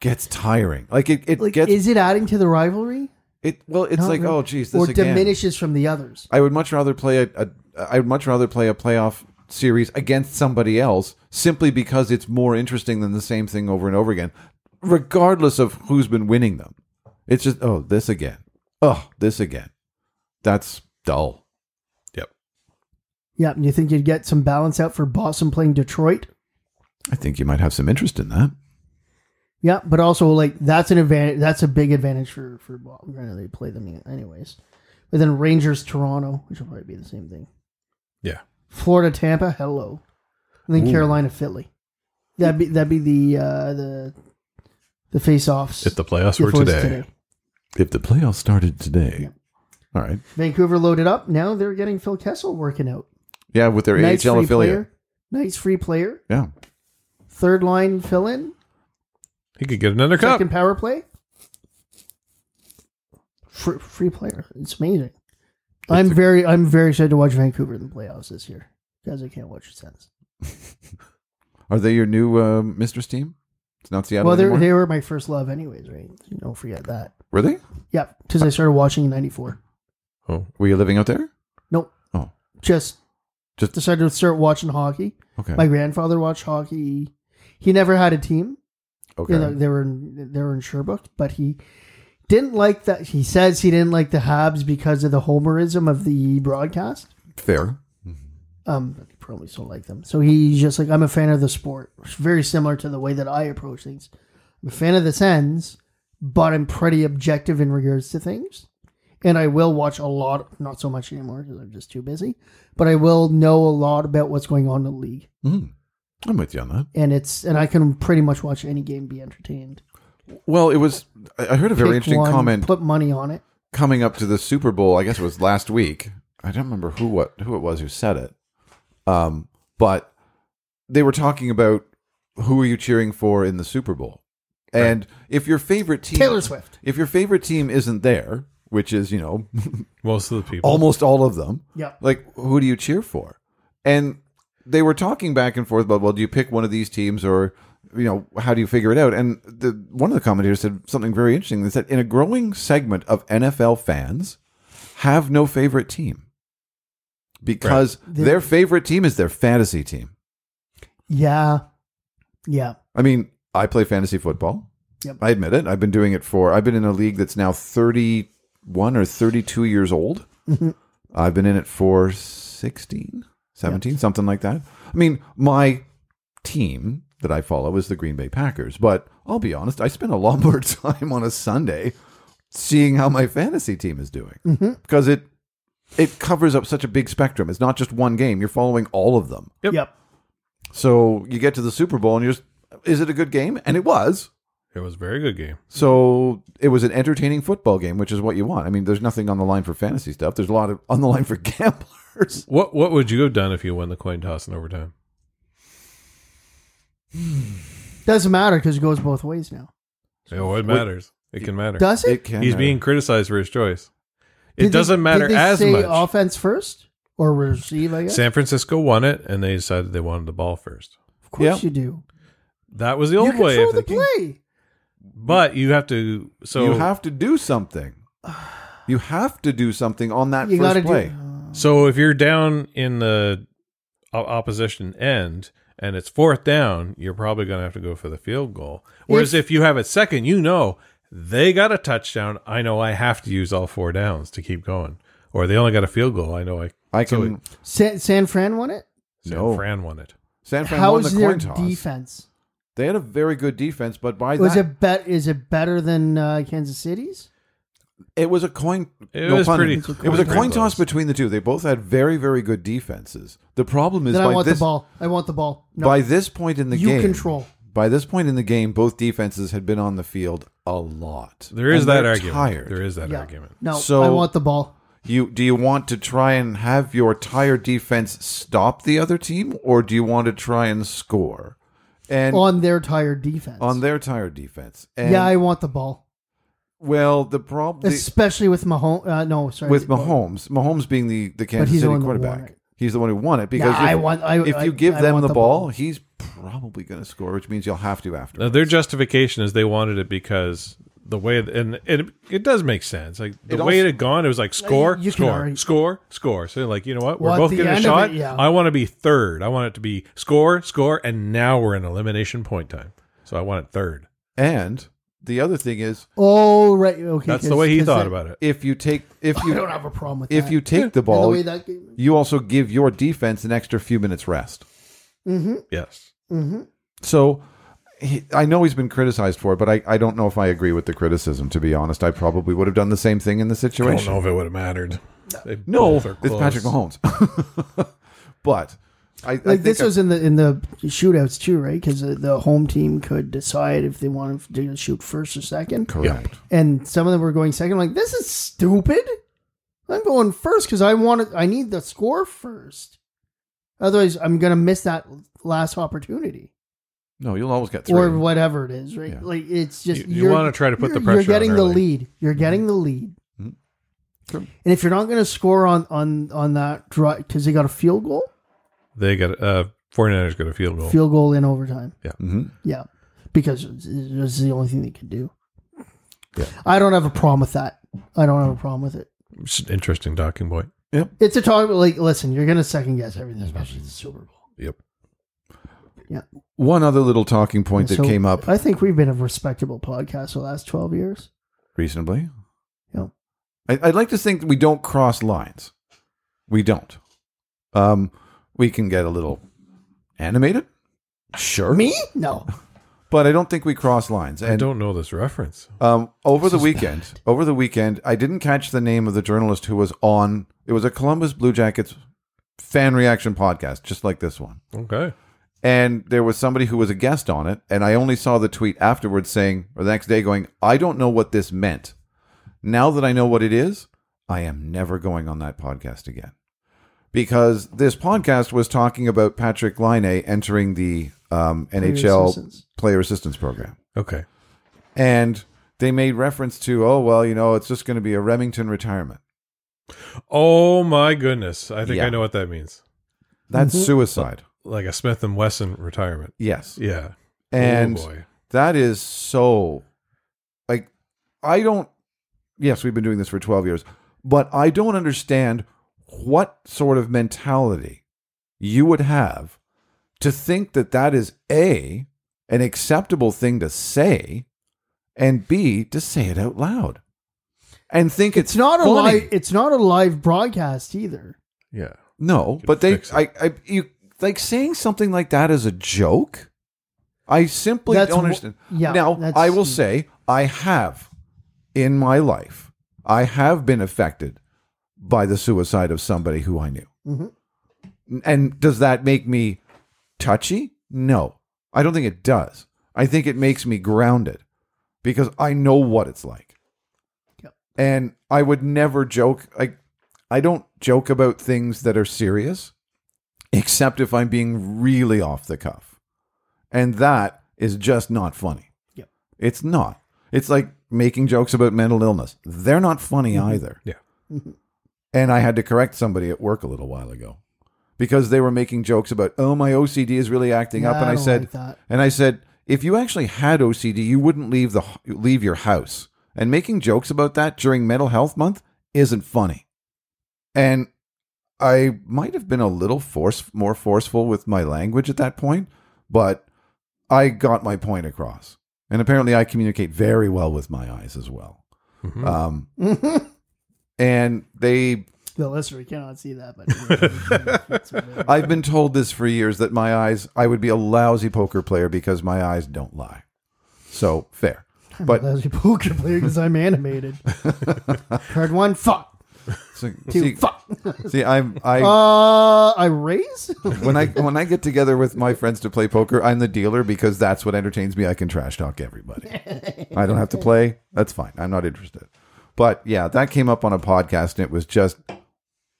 Speaker 4: gets tiring. Like it, it
Speaker 6: like,
Speaker 4: gets
Speaker 6: is it adding to the rivalry?
Speaker 4: it well it's
Speaker 6: Not
Speaker 4: like
Speaker 6: really.
Speaker 4: oh geez this
Speaker 6: or
Speaker 4: again.
Speaker 6: diminishes from the others.
Speaker 4: I would much rather play a, a I would much rather play a playoff series against somebody else simply because it's more interesting than the same thing over and over again. regardless of who's been winning them. It's just, oh, this again. Oh, this again. That's dull.
Speaker 5: Yep.
Speaker 6: Yeah, and you think you'd get some balance out for Boston playing Detroit?
Speaker 4: I think you might have some interest in that.
Speaker 6: Yeah, but also like that's an advantage. That's a big advantage for for well, granted they play them anyways. But then Rangers Toronto, which will probably be the same thing.
Speaker 5: Yeah.
Speaker 6: Florida Tampa, hello, and then Carolina Philly. That'd be that'd be the uh, the the face offs.
Speaker 5: If the playoffs were today,
Speaker 4: If the playoffs started today. All right.
Speaker 6: Vancouver loaded up. Now they're getting Phil Kessel working out.
Speaker 4: Yeah, with their
Speaker 6: Nice
Speaker 4: AHL
Speaker 6: free
Speaker 4: affiliate.
Speaker 6: player. Nice free player.
Speaker 4: Yeah.
Speaker 6: Third line fill in.
Speaker 5: he could get another cup.
Speaker 6: Second power play. Free, free player. It's amazing. I'm very I'm very excited to watch Vancouver in the playoffs this year because I can't watch the Sens.
Speaker 4: Are they your new uh, mistress team? It's not Seattle
Speaker 6: Well, they
Speaker 4: anymore?
Speaker 6: they were my first love, anyways, right? Don't forget that.
Speaker 4: Were they?
Speaker 6: Yeah, because I started watching in '94.
Speaker 5: Oh,
Speaker 4: Were you living out there?
Speaker 6: Nope.
Speaker 4: Oh.
Speaker 6: Just
Speaker 4: Just-
Speaker 6: decided to start watching hockey.
Speaker 4: Okay.
Speaker 6: My grandfather watched hockey. He never had a team.
Speaker 4: okay.
Speaker 6: you know, they were in, they were in Sherbrooke, but he didn't like that. He says he didn't like the Habs because of the homerism of the broadcast.
Speaker 4: Fair.
Speaker 6: Um, but he probably still like them. So he's just like, I'm a fan of the sport. It's very similar to the way that I approach things. I'm a fan of the Sens, but I'm pretty objective in regards to things. And I will watch a lot, not so much anymore because I'm just too busy, but I will know a lot about what's going on in the league.
Speaker 4: Mm. I'm with you on that.
Speaker 6: And it's, and I can pretty much watch any game be entertained.
Speaker 4: Well, it was. I I heard a very
Speaker 6: Pick
Speaker 4: interesting
Speaker 6: one,
Speaker 4: comment
Speaker 6: Put money on it.
Speaker 4: coming up to the Super Bowl. I guess it was last week. I don't remember who what who it was who said it. Um, but they were talking about who are you cheering for in the Super Bowl, and if your favorite team
Speaker 6: Taylor Swift.
Speaker 4: if your favorite team isn't there, which is you know *laughs*
Speaker 5: most of the people.
Speaker 4: almost all of them,
Speaker 6: Yeah.
Speaker 4: like who do you cheer for and they were talking back and forth about well do you pick one of these teams or you know how do you figure it out and the one of the commentators said something very interesting they said in a growing segment of nfl fans have no favorite team because their favorite team is their fantasy team
Speaker 6: Yeah. Yeah.
Speaker 4: i mean i play fantasy football
Speaker 6: Yep.
Speaker 4: i admit it i've been doing it for i've been in a league that's now 31 or 32 years old I've been in it for 16, 17, something like that. I mean, my team that I follow is the Green Bay Packers, but I'll be honest, I spend a lot *laughs* more time on a Sunday seeing how my fantasy team is doing because it it covers up such a big spectrum. It's not just one game, you're following all of them.
Speaker 5: Yep.
Speaker 6: Yep.
Speaker 4: So you get to the Super Bowl and you're just is it a good game? And it was.
Speaker 5: it was a very good game.
Speaker 4: So it was an entertaining football game, which is what you want. I mean, there's nothing on the line for fantasy stuff. There's a lot of *laughs* on the line for gamblers.
Speaker 5: What What would you have done if you won the coin toss in overtime?
Speaker 6: Doesn't matter because it goes both ways now.
Speaker 5: Oh, it matters. It can matter.
Speaker 6: Does it?
Speaker 4: It can
Speaker 5: He's
Speaker 4: matter.
Speaker 5: being criticized for his choice.
Speaker 6: Did
Speaker 5: It
Speaker 6: they-
Speaker 5: doesn't matter
Speaker 6: did they
Speaker 5: as
Speaker 6: say
Speaker 5: much.
Speaker 6: Offense first or receive? I guess.
Speaker 5: San Francisco won it, and they decided they wanted the ball first.
Speaker 6: of course
Speaker 4: Yeah.
Speaker 6: you do.
Speaker 5: That was the
Speaker 6: You
Speaker 5: old way
Speaker 6: control
Speaker 5: of
Speaker 6: the
Speaker 5: thinking.
Speaker 6: play.
Speaker 5: But you have to. So
Speaker 4: you have to do something. You have to do something on that
Speaker 6: You got to
Speaker 4: first
Speaker 6: do.
Speaker 4: play.
Speaker 5: So if you're down in the o- opposition end and it's fourth down, you're probably going to have to go for the field goal. Whereas if, you have it second, you know they got a touchdown. I know I have to use all four downs to keep going. Or they only got a field goal. I know I.
Speaker 4: I
Speaker 5: So
Speaker 4: can.
Speaker 6: San, San Fran won it.
Speaker 5: San
Speaker 4: no.
Speaker 5: Fran won it.
Speaker 4: San Fran
Speaker 6: How
Speaker 4: won
Speaker 6: is
Speaker 4: the
Speaker 6: their
Speaker 4: coin toss.
Speaker 6: defense?
Speaker 4: They had a very good defense, but by
Speaker 6: Was
Speaker 4: that,
Speaker 6: it bet? Is it better than uh, Kansas City's?
Speaker 4: it, was a coin.
Speaker 5: It
Speaker 4: no
Speaker 5: was
Speaker 4: pun.
Speaker 5: pretty-
Speaker 4: It was a
Speaker 5: pretty
Speaker 4: coin
Speaker 5: close.
Speaker 4: toss between the two. They both had very, very good defenses. The problem is
Speaker 6: Then I
Speaker 4: by
Speaker 6: want
Speaker 4: this
Speaker 6: the ball. I want the ball. No,
Speaker 4: by this point in the
Speaker 6: you
Speaker 4: game,
Speaker 6: control.
Speaker 4: By this point in the game, both defenses had been on the field a lot.
Speaker 5: There is
Speaker 4: And
Speaker 5: that
Speaker 4: they're
Speaker 5: argument.
Speaker 4: Tired.
Speaker 5: There is that
Speaker 6: Yeah.
Speaker 5: argument.
Speaker 6: No,
Speaker 4: So-
Speaker 6: I want the ball.
Speaker 4: You do you want to try and have your tired defense stop the other team, or do you want to try and score? And on,
Speaker 6: on their tired defense.
Speaker 4: their tired defense. And
Speaker 6: yeah, I want the ball,
Speaker 4: well the problem
Speaker 6: especially with Mahomes. Uh, no, sorry,
Speaker 4: with
Speaker 6: well,
Speaker 4: Mahomes, Mahomes being the the Kansas
Speaker 6: he's the
Speaker 4: City
Speaker 6: one that won
Speaker 4: quarterback,
Speaker 6: it.
Speaker 4: he's the one who won it because
Speaker 6: Yeah,
Speaker 4: if,
Speaker 6: I want- I-
Speaker 4: if
Speaker 6: I-
Speaker 4: you give
Speaker 6: I
Speaker 4: them
Speaker 6: want
Speaker 4: the
Speaker 6: the
Speaker 4: ball,
Speaker 6: ball.
Speaker 4: he's probably going to score, which means you'll have to after.
Speaker 5: Now, their justification is they wanted it because the way and it, it does make sense. Like the
Speaker 4: It
Speaker 5: way
Speaker 4: also-
Speaker 5: it had gone, it was like score,
Speaker 6: you can
Speaker 5: score,
Speaker 6: already-
Speaker 5: score, score. So like you know what, we're
Speaker 6: Well, at
Speaker 5: both
Speaker 6: the
Speaker 5: getting a
Speaker 6: end of
Speaker 5: shot.
Speaker 6: it, yeah.
Speaker 5: I want to be third. I want it to be score, score, and now we're in elimination point time. So I want it third.
Speaker 4: And the other thing is,
Speaker 6: Oh, right. Okay.
Speaker 5: That's
Speaker 6: 'cause-
Speaker 5: the way he
Speaker 6: 'cause
Speaker 5: thought
Speaker 6: that-
Speaker 5: about it.
Speaker 4: if you take if
Speaker 6: *laughs* I
Speaker 4: you
Speaker 6: don't have a problem with
Speaker 4: if
Speaker 6: that.
Speaker 4: you
Speaker 6: *laughs*
Speaker 4: take the
Speaker 6: And the
Speaker 4: ball,
Speaker 6: way that game.
Speaker 4: you also give your defense an extra few minutes rest.
Speaker 6: Mm-hmm.
Speaker 5: Yes.
Speaker 6: Mm-hmm.
Speaker 4: So he, I know he's been criticized for it, but I, I don't know if I agree with the criticism. To be honest, I probably would have done the same thing in the
Speaker 5: I don't
Speaker 4: situation.
Speaker 5: know if it would have mattered. They
Speaker 4: No,
Speaker 5: both are
Speaker 4: it's
Speaker 5: close.
Speaker 4: Patrick Mahomes. *laughs* but I, I
Speaker 6: Like
Speaker 4: think
Speaker 6: this
Speaker 4: I-
Speaker 6: was in the in the shootouts too, right? Because the, the home team could decide if they wanted to shoot first or second,
Speaker 4: correct.
Speaker 6: and some of them were going second. I'm like, this is stupid. I'm going first because I want to. I need the score first. Otherwise, I'm gonna miss that last opportunity
Speaker 4: No, you'll always get three.
Speaker 6: or whatever it is, right?
Speaker 4: Yeah.
Speaker 6: Like it's just
Speaker 5: You- you
Speaker 6: you're-
Speaker 5: wanna try to put the
Speaker 6: you're-
Speaker 5: pressure
Speaker 6: You're
Speaker 5: on
Speaker 6: getting the
Speaker 5: early. Mm-hmm.
Speaker 6: lead. You're getting the lead.
Speaker 4: Mhm. True.
Speaker 6: And if you're not going to score on on on that drive because they got a field goal,
Speaker 5: They got uh 49ers got a field goal.
Speaker 6: field goal in overtime.
Speaker 4: hmm
Speaker 6: Yeah, because it's- it's the only thing they could do.
Speaker 4: Yeah.
Speaker 6: I don't have a problem with that. I don't have a problem with it.
Speaker 5: It's an interesting talking point.
Speaker 6: It's a talk. Like, listen, you're going to second guess everything, especially the Super Bowl.
Speaker 5: Yep.
Speaker 4: One other little talking point that
Speaker 6: So,
Speaker 4: came up
Speaker 6: I think we've been a respectable podcast the last twelve years.
Speaker 4: reasonably.
Speaker 6: Yeah.
Speaker 4: I, I'd like to think that we don't cross lines. We don't. Um, we can get a little animated, sure.
Speaker 6: Me? No.
Speaker 4: but I don't think we cross lines.
Speaker 5: I
Speaker 4: And
Speaker 5: don't know this reference.
Speaker 4: Um, over the
Speaker 6: is
Speaker 4: weekend, over the weekend, I didn't catch the name of the journalist who was on. It was a Columbus Blue Jackets fan reaction podcast, just like this one.
Speaker 5: Okay.
Speaker 4: And there was somebody who was a guest on it, and I only saw the tweet afterwards saying, or the next day, going, "I don't know what this meant. Now that I know what it is, I am never going on that podcast again." Because this podcast was talking about Patrick Line entering the um, NHL
Speaker 6: assistance.
Speaker 4: player assistance program
Speaker 5: Okay.
Speaker 4: and they made reference to, oh well, you know, it's just going to be a Remington retirement.
Speaker 5: Oh my goodness. I think
Speaker 4: Yeah.
Speaker 5: I know what that means.
Speaker 4: That's suicide.
Speaker 5: Like a Smith and Wesson retirement.
Speaker 4: Yes,
Speaker 5: Yeah.
Speaker 4: and
Speaker 5: oh boy.
Speaker 4: that is so. Like, I don't. Yes, we've been doing this for twelve years, but I don't understand what sort of mentality you would have to think that that is a an acceptable thing to say, and b to say it out loud, and think it's,
Speaker 6: It's not a
Speaker 4: funny.
Speaker 6: live. It's not a live broadcast either.
Speaker 5: Yeah.
Speaker 4: No,
Speaker 5: Could
Speaker 4: but they,
Speaker 5: fix it.
Speaker 4: I, I, you like saying something like that as a joke. I simply
Speaker 6: That's
Speaker 4: don't
Speaker 6: wh-
Speaker 4: understand.
Speaker 6: yeah,
Speaker 4: Now
Speaker 6: that's-
Speaker 4: I will say I have in my life I have been affected by the suicide of somebody who I knew.
Speaker 6: Mhm.
Speaker 4: And does that make me touchy? No, I don't think it does. I think it makes me grounded because I know what it's like.
Speaker 6: Yep.
Speaker 4: And I would never joke. I, I don't joke about things that are serious, except if I'm being really off the cuff. And that is just not funny.
Speaker 6: Yep.
Speaker 4: It's not. It's like making jokes about mental illness. They're not funny
Speaker 6: Mm-hmm.
Speaker 4: either.
Speaker 5: Yeah.
Speaker 4: *laughs* And I had to correct somebody at work a little while ago because they were making jokes about, oh, my OCD is really acting
Speaker 6: Yeah,
Speaker 4: up. And
Speaker 6: I
Speaker 4: I
Speaker 6: don't
Speaker 4: said,
Speaker 6: like that.
Speaker 4: and I said, if you actually had OCD, you wouldn't leave the leave your house. And making jokes about that during Mental Health Month isn't funny. And I might have been a little force more forceful with my language at that point, but I got my point across. And apparently, I communicate very well with my eyes as well. Um, *laughs* and they
Speaker 6: The listener cannot see that, but It's amazing.
Speaker 4: I've been told this for years that my eyes, I would be a lousy poker player because my eyes don't lie. So fair. But *laughs*
Speaker 6: That was a poker player because I'm animated. Card one, fuck.
Speaker 4: so,
Speaker 6: Two,
Speaker 4: see,
Speaker 6: fuck.
Speaker 4: see, I'm, I,
Speaker 6: Uh, I raise. *laughs*
Speaker 4: when I, when I get together with my friends to play poker, I'm the dealer because that's what entertains me. I can trash talk everybody. I don't have to play. That's fine. I'm not interested. But yeah, that came up on a podcast and it was just,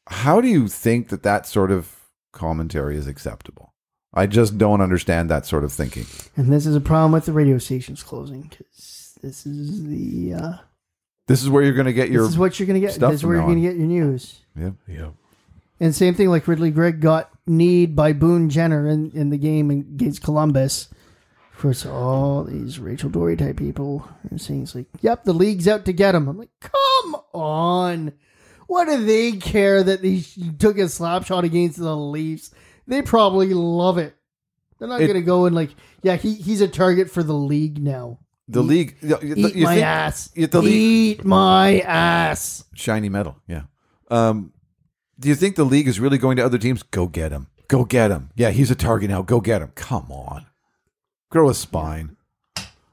Speaker 4: how do you think that that sort of commentary is acceptable? I just don't understand that sort of thinking.
Speaker 6: and this is a problem with the radio stations closing because this is the uh,
Speaker 4: This is where you're going to get your
Speaker 6: this is what you're gonna get.
Speaker 4: stuff
Speaker 6: This is where you're
Speaker 4: from now
Speaker 6: gonna get your news.
Speaker 4: Yeah.
Speaker 5: Yeah.
Speaker 6: And same thing like Ridley Gregg got need by Boone Jenner in, in the game against Columbus. Of course, all these Rachel Dory type people are saying it's like, "Yep, the league's out to get him." I'm like, "Come on, what do they care that he took a slap shot against the Leafs? They probably love it. They're not
Speaker 4: It-
Speaker 6: going to go and like, yeah, he, he's a target for the league now.
Speaker 4: The league. the- the-
Speaker 6: Eat
Speaker 4: you
Speaker 6: my
Speaker 4: think-
Speaker 6: ass.
Speaker 4: you- the league-
Speaker 6: Eat my ass.
Speaker 4: shiny metal. Yeah. Um, do you think the league is really going to other teams? Go get him. Go get him. Yeah, he's a target now. Go get him. Come on. Grow a spine.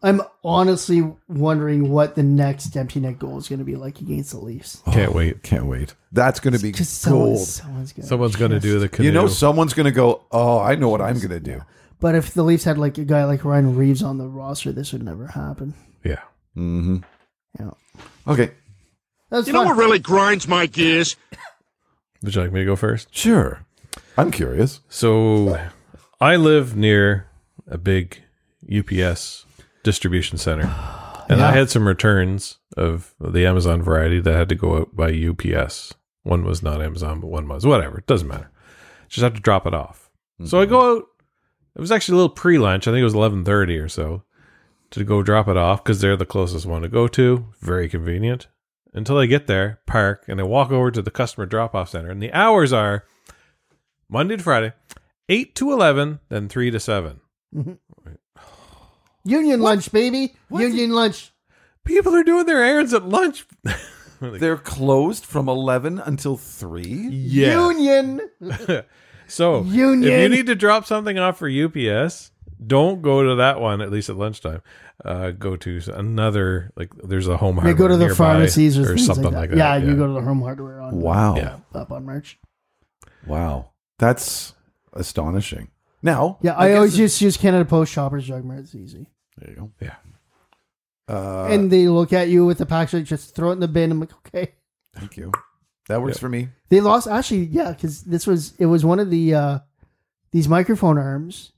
Speaker 6: I'm honestly wondering what the next empty net goal is going to be like against the Leafs.
Speaker 5: Can't wait.
Speaker 4: Oh, Can't wait. That's going to be
Speaker 6: Because someone,
Speaker 4: gold.
Speaker 6: someone's going to.
Speaker 5: Someone's going to do the canoe.
Speaker 4: You know, someone's going to go, oh, I know what I'm going to do.
Speaker 6: But if the Leafs had like a guy like Ryan Reeves on the roster, this would never happen.
Speaker 5: yeah.
Speaker 6: Yeah.
Speaker 4: Okay.
Speaker 6: That's
Speaker 7: You know
Speaker 6: fine.
Speaker 7: what really grinds my gears?
Speaker 5: Would you like me to go first?
Speaker 4: Sure. I'm curious.
Speaker 5: So I live near a big UPS distribution center. And I had some returns of the Amazon variety that had to go out by UPS. One was not Amazon, but one was whatever. It doesn't matter. Just have to drop it off. So I go out. It was actually a little pre-lunch. I think it was eleven thirty or so to go drop it off because they're the closest one to go to. Very convenient. Until I get there, park, and I walk over to the customer drop-off center, and the hours are Monday to Friday, eight to eleven, then three to seven.
Speaker 6: Union lunch, baby. Union lunch.
Speaker 5: People are doing their errands at
Speaker 6: *laughs*
Speaker 5: lunch.
Speaker 4: They're closed from 11 until 3.
Speaker 5: yeah.
Speaker 6: Union.
Speaker 5: So if you
Speaker 6: Union.
Speaker 5: need to drop something off for UPS, don't go to that one at least at lunchtime. Uh, go to another like there's a home.
Speaker 6: They
Speaker 5: Hardware
Speaker 6: go to the
Speaker 5: nearby
Speaker 6: pharmacies or,
Speaker 5: or
Speaker 6: things
Speaker 5: something
Speaker 6: like that.
Speaker 5: Yeah,
Speaker 6: Yeah, you go to the home hardware on
Speaker 4: Wow.
Speaker 5: Yeah.
Speaker 6: up on March.
Speaker 4: Wow. That's astonishing. Now,
Speaker 6: Yeah, I, always just use Canada Post Shoppers Drug Mart. It's easy.
Speaker 4: there you Uh, go.
Speaker 5: Yeah.
Speaker 6: and they look at you with the package, just throw it in the bin. I'm like, okay.
Speaker 4: Thank you. That works for me.
Speaker 6: They lost actually, yeah, because this was it was one of the uh these microphone arms.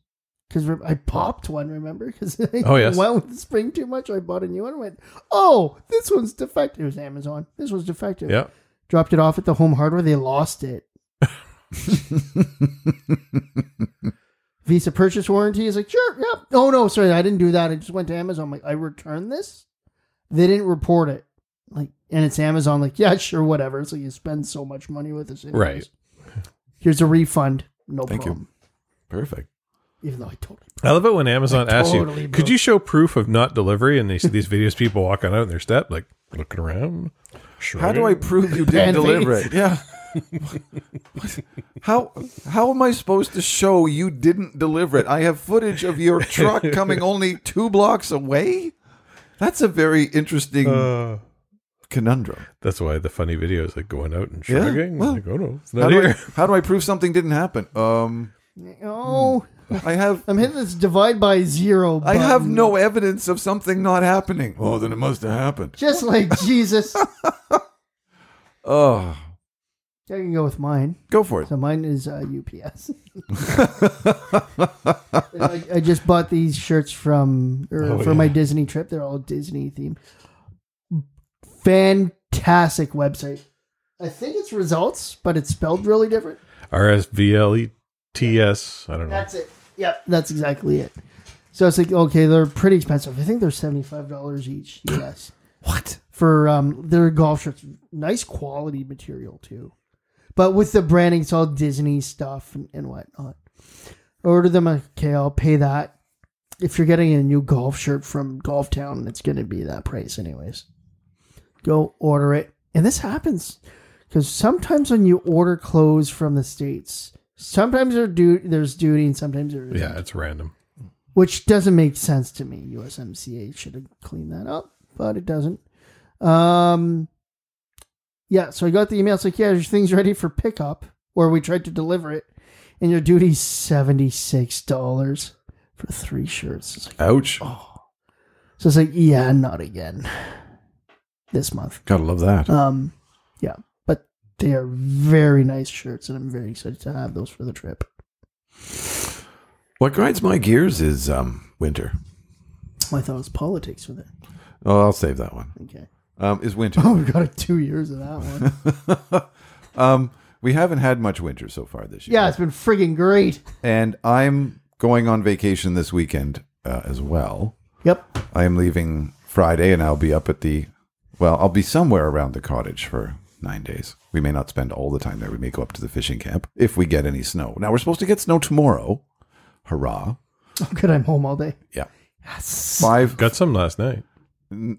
Speaker 6: Because I popped one, remember? Because *laughs* I
Speaker 5: Oh, yes.
Speaker 6: went with the spring too much. I bought a new one. and Went, oh, this one's defective. It was Amazon. This was defective.
Speaker 5: Yeah.
Speaker 6: Dropped it off at the home hardware. They lost it.
Speaker 4: *laughs*
Speaker 6: Visa purchase warranty is like, sure, yeah. Oh no, sorry, I didn't do that. I just went to Amazon. I'm like, I returned this. They didn't report it. Like, and it's Amazon. Like, yeah, sure, whatever. It's like you spend so much money with this, anyways.
Speaker 5: Right.
Speaker 6: Here's a refund. No
Speaker 4: Thank you.
Speaker 6: problem.
Speaker 4: Perfect.
Speaker 6: Even though I totally
Speaker 5: I love it when Amazon asks
Speaker 6: totally
Speaker 5: you,
Speaker 6: broke.
Speaker 5: "Could you show proof of not delivery?" And they see these videos, people walking out in their step, like looking around.
Speaker 4: How do I prove
Speaker 5: *laughs*
Speaker 4: you didn't
Speaker 6: Band-aids.
Speaker 4: deliver it? Yeah. What? how how am I supposed to show you didn't deliver it? I have footage of your
Speaker 5: *laughs*
Speaker 4: truck coming only two blocks away. That's a very interesting
Speaker 5: Uh,
Speaker 4: conundrum.
Speaker 5: that's why the funny videos like going out and
Speaker 4: Yeah,
Speaker 5: shrugging.
Speaker 4: well,
Speaker 5: like, oh no, it's
Speaker 4: How
Speaker 5: not
Speaker 4: do, I,
Speaker 5: here.
Speaker 4: how do I prove something didn't happen? Um,
Speaker 6: Oh,
Speaker 4: I have
Speaker 6: I'm hitting this divide by zero.
Speaker 4: I have
Speaker 6: button.
Speaker 4: no evidence of something not happening. Oh, then it must have happened.
Speaker 6: Just
Speaker 4: *laughs*
Speaker 6: like Jesus. I
Speaker 4: Oh,
Speaker 6: can go with mine.
Speaker 4: go for it.
Speaker 6: So mine is uh,
Speaker 5: *laughs*
Speaker 6: UPS. *laughs* I, I just bought these shirts from or
Speaker 5: Oh,
Speaker 6: for
Speaker 5: yeah.
Speaker 6: my Disney trip. They're all Disney themed. Fantastic website. I think it's results, but it's spelled really different.
Speaker 5: R S V L E T S. I don't know.
Speaker 6: That's it. Yep, that's exactly it. So it's like okay, they're pretty expensive. I think they're seventy five dollars each
Speaker 5: *laughs*
Speaker 6: US
Speaker 4: What?
Speaker 6: for um their golf shirts. Nice quality material too, but with the branding, it's all Disney stuff and, and whatnot. Order them. Okay, I'll pay that. If you're getting a new golf shirt from Golf Town, it's going to be that price anyways. Go order it, and this happens because sometimes when you order clothes from the states, sometimes there du- there's duty, and sometimes there isn't
Speaker 5: Yeah, it's random.
Speaker 6: which doesn't make sense to me. USMCA should have cleaned that up, but it doesn't. Um, yeah, so I got the email. It's like, yeah, your thing's ready for pickup, or we tried to deliver it, and your duty's seventy six dollars for three shirts. It's like,
Speaker 4: Ouch.
Speaker 6: so it's like, yeah, not again this month.
Speaker 4: Gotta love that.
Speaker 5: Uh.
Speaker 6: Um, yeah, but they are very nice shirts, and I'm very excited to have those for the trip.
Speaker 4: What grinds my gears is um, winter.
Speaker 6: I thought it was politics for that.
Speaker 4: Oh, I'll save that one.
Speaker 6: Okay. *laughs*
Speaker 4: Um, is winter.
Speaker 6: Oh, we got a two years of that one.
Speaker 4: um, we haven't had much winter so far this year.
Speaker 6: Yeah, it's been friggin' great.
Speaker 4: And I'm going on vacation this weekend uh, as well.
Speaker 6: Yep.
Speaker 4: I am leaving Friday and I'll be up at the, well, I'll be somewhere around the cottage for nine days. We may not spend all the time there. We may go up to the fishing camp if we get any snow. Now, we're supposed to get snow tomorrow. Hurrah.
Speaker 6: Oh, good. I'm home all day.
Speaker 4: Yeah. Five.
Speaker 5: Got some last night.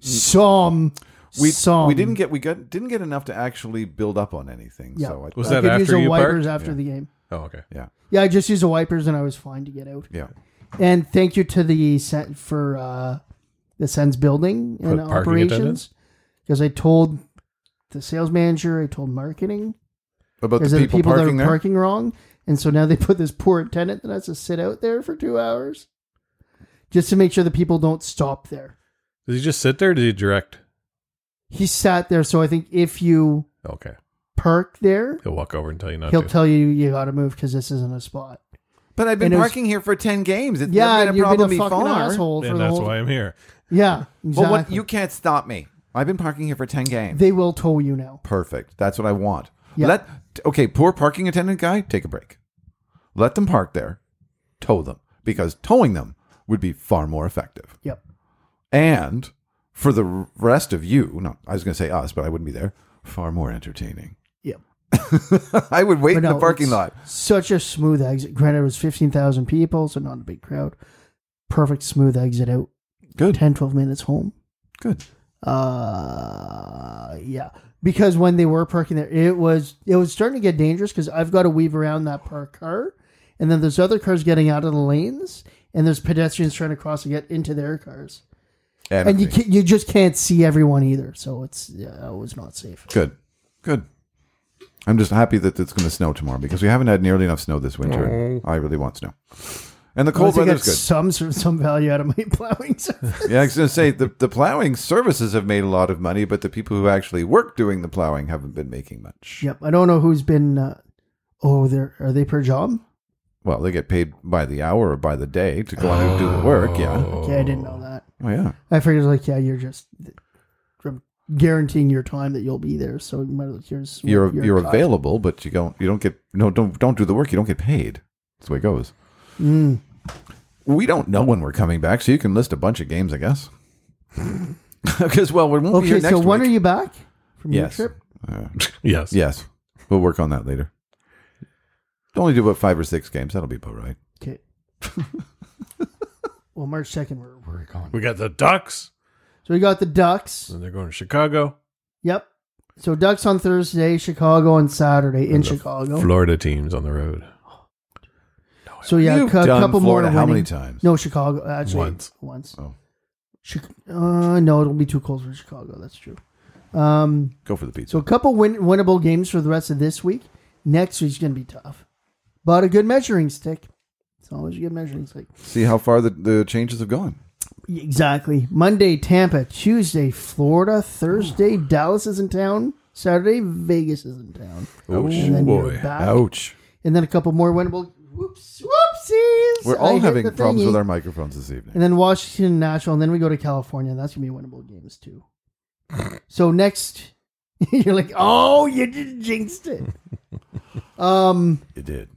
Speaker 6: Some.
Speaker 4: We
Speaker 6: some.
Speaker 4: we didn't get we got didn't get enough to actually build up on anything.
Speaker 6: Yeah.
Speaker 4: So I,
Speaker 5: Was
Speaker 6: I
Speaker 5: that
Speaker 6: could
Speaker 5: after
Speaker 6: use the
Speaker 5: you
Speaker 6: wipers
Speaker 5: parked?
Speaker 6: after the game.
Speaker 5: Oh, okay.
Speaker 4: yeah
Speaker 6: Yeah, I just used the wipers and I was fine to get out.
Speaker 4: yeah
Speaker 6: And thank you to the Sen- for uh, the Sens building and
Speaker 5: parking attendants?
Speaker 6: operations because I told the sales manager, I told marketing,
Speaker 4: about
Speaker 6: because
Speaker 4: the
Speaker 6: of
Speaker 4: people,
Speaker 6: that
Speaker 4: parking
Speaker 6: are
Speaker 4: there.
Speaker 6: parking wrong, and so now they put this poor tenant that has to sit out there for two hours just to make sure the people don't stop there.
Speaker 5: Did he just sit there? Or did he direct?
Speaker 6: He sat there, so I think if you
Speaker 5: Okay,
Speaker 6: park there,
Speaker 5: he'll walk over and tell you not
Speaker 6: he'll
Speaker 5: to.
Speaker 6: tell you you got to move because this isn't a spot.
Speaker 4: But I've been
Speaker 6: And it was-
Speaker 4: parking here for ten games. It's
Speaker 6: Yeah,
Speaker 4: never
Speaker 6: and
Speaker 4: been a
Speaker 6: you've been
Speaker 4: problem
Speaker 6: a fucking
Speaker 4: before.
Speaker 6: asshole for
Speaker 5: and
Speaker 6: the
Speaker 5: that's
Speaker 6: whole.
Speaker 5: why I'm here.
Speaker 6: Yeah, exactly.
Speaker 4: But what you can't stop me. I've been parking here for ten games.
Speaker 6: they will tow you now.
Speaker 4: Perfect. That's what I want.
Speaker 6: Yeah.
Speaker 4: Let okay, poor parking attendant guy, take a break. Let them park there. Tow them because towing them would be far more effective.
Speaker 6: Yep.
Speaker 4: and for the rest of you, no, I was going to say us, but I wouldn't be there. Far more entertaining.
Speaker 6: Yep.
Speaker 4: *laughs* I would wait in
Speaker 6: But
Speaker 4: the
Speaker 6: no,
Speaker 4: parking
Speaker 6: it's
Speaker 4: lot.
Speaker 6: Such a smooth exit. Granted, it was 15,000 people, so not a big crowd. Perfect smooth exit out.
Speaker 4: Good.
Speaker 6: 10, 12 minutes home.
Speaker 4: Good.
Speaker 6: Uh, yeah. Because when they were parking there, it was it was starting to get dangerous because I've got to weave around that parked car, and then there's other cars getting out of the lanes, and there's pedestrians trying to cross and get into their cars, and you
Speaker 4: Anarchy.
Speaker 6: can, you just can't see everyone either, so it's yeah, it was not safe.
Speaker 4: Good. Good. I'm just happy that it's going to snow tomorrow because we haven't had nearly enough snow this winter. I really want snow. And the cold
Speaker 6: Unless I get
Speaker 4: weather's good.
Speaker 6: some sort of- some value out of my *laughs* plowing. service.
Speaker 4: yeah, I was going to say the, the plowing services have made a lot of money, but the people who actually work doing the plowing haven't been making much.
Speaker 6: yep, I don't know who's been. Uh, oh, they're are they per job?
Speaker 4: Well, they get paid by the hour or by the day to go out and do the work. Yeah.
Speaker 6: Okay, I didn't know that.
Speaker 4: Oh, yeah.
Speaker 6: I figured like, yeah, you're just from guaranteeing your time that you'll be there. So you might, here's
Speaker 4: you're you're,
Speaker 6: cut.
Speaker 4: available, but you don't you don't get no don't don't do the work. You don't get paid. That's the way it goes.
Speaker 6: Hmm.
Speaker 4: We don't know when we're coming back, so you can list a bunch of games, I guess. *laughs* Because well, we won't be
Speaker 6: Okay,
Speaker 4: here next
Speaker 6: so when
Speaker 4: week.
Speaker 6: are you back from
Speaker 4: yes,
Speaker 6: your trip?
Speaker 5: Yes.
Speaker 4: yes, we'll work on that later. Only do about five or six games. That'll be about right.
Speaker 6: Okay. *laughs* well, March second, we're we're gone.
Speaker 5: We got the Ducks,
Speaker 6: So we got the Ducks.
Speaker 5: and they're going to Chicago.
Speaker 6: Yep. So Ducks on Thursday, Chicago on Saturday in
Speaker 5: And the
Speaker 6: Chicago.
Speaker 5: Florida teams on the road.
Speaker 6: so yeah,
Speaker 4: You've
Speaker 6: a cou-
Speaker 4: done
Speaker 6: couple
Speaker 4: Florida
Speaker 6: more.
Speaker 4: how many
Speaker 6: winning-
Speaker 4: times?
Speaker 6: No, Chicago actually
Speaker 5: Once.
Speaker 6: Once.
Speaker 4: Oh.
Speaker 6: Chi- uh, no, it'll be too cold for Chicago. That's true. Um,
Speaker 4: Go for the pizza.
Speaker 6: So a couple win- winnable games for the rest of this week. Next week's going to be tough, but a good measuring stick. It's always a good measuring stick.
Speaker 4: See how far the, the changes have gone.
Speaker 6: Exactly. Monday, Tampa. Tuesday,
Speaker 4: *sighs*
Speaker 6: Florida. Thursday, Dallas is in town. Saturday, Vegas is in town.
Speaker 4: Ouch.
Speaker 6: and then you're back.
Speaker 4: Ouch.
Speaker 6: And then a couple more winnable. Whoops, whoopsies.
Speaker 4: We're
Speaker 6: I
Speaker 4: all
Speaker 6: hit
Speaker 4: having
Speaker 6: the
Speaker 4: problems with
Speaker 6: thingy.
Speaker 4: our microphones this evening.
Speaker 6: And then Washington, Nashville, and then we go to California. That's gonna be winnable games too. so next, *laughs* you're like, oh, you just jinxed it. um,
Speaker 4: You did.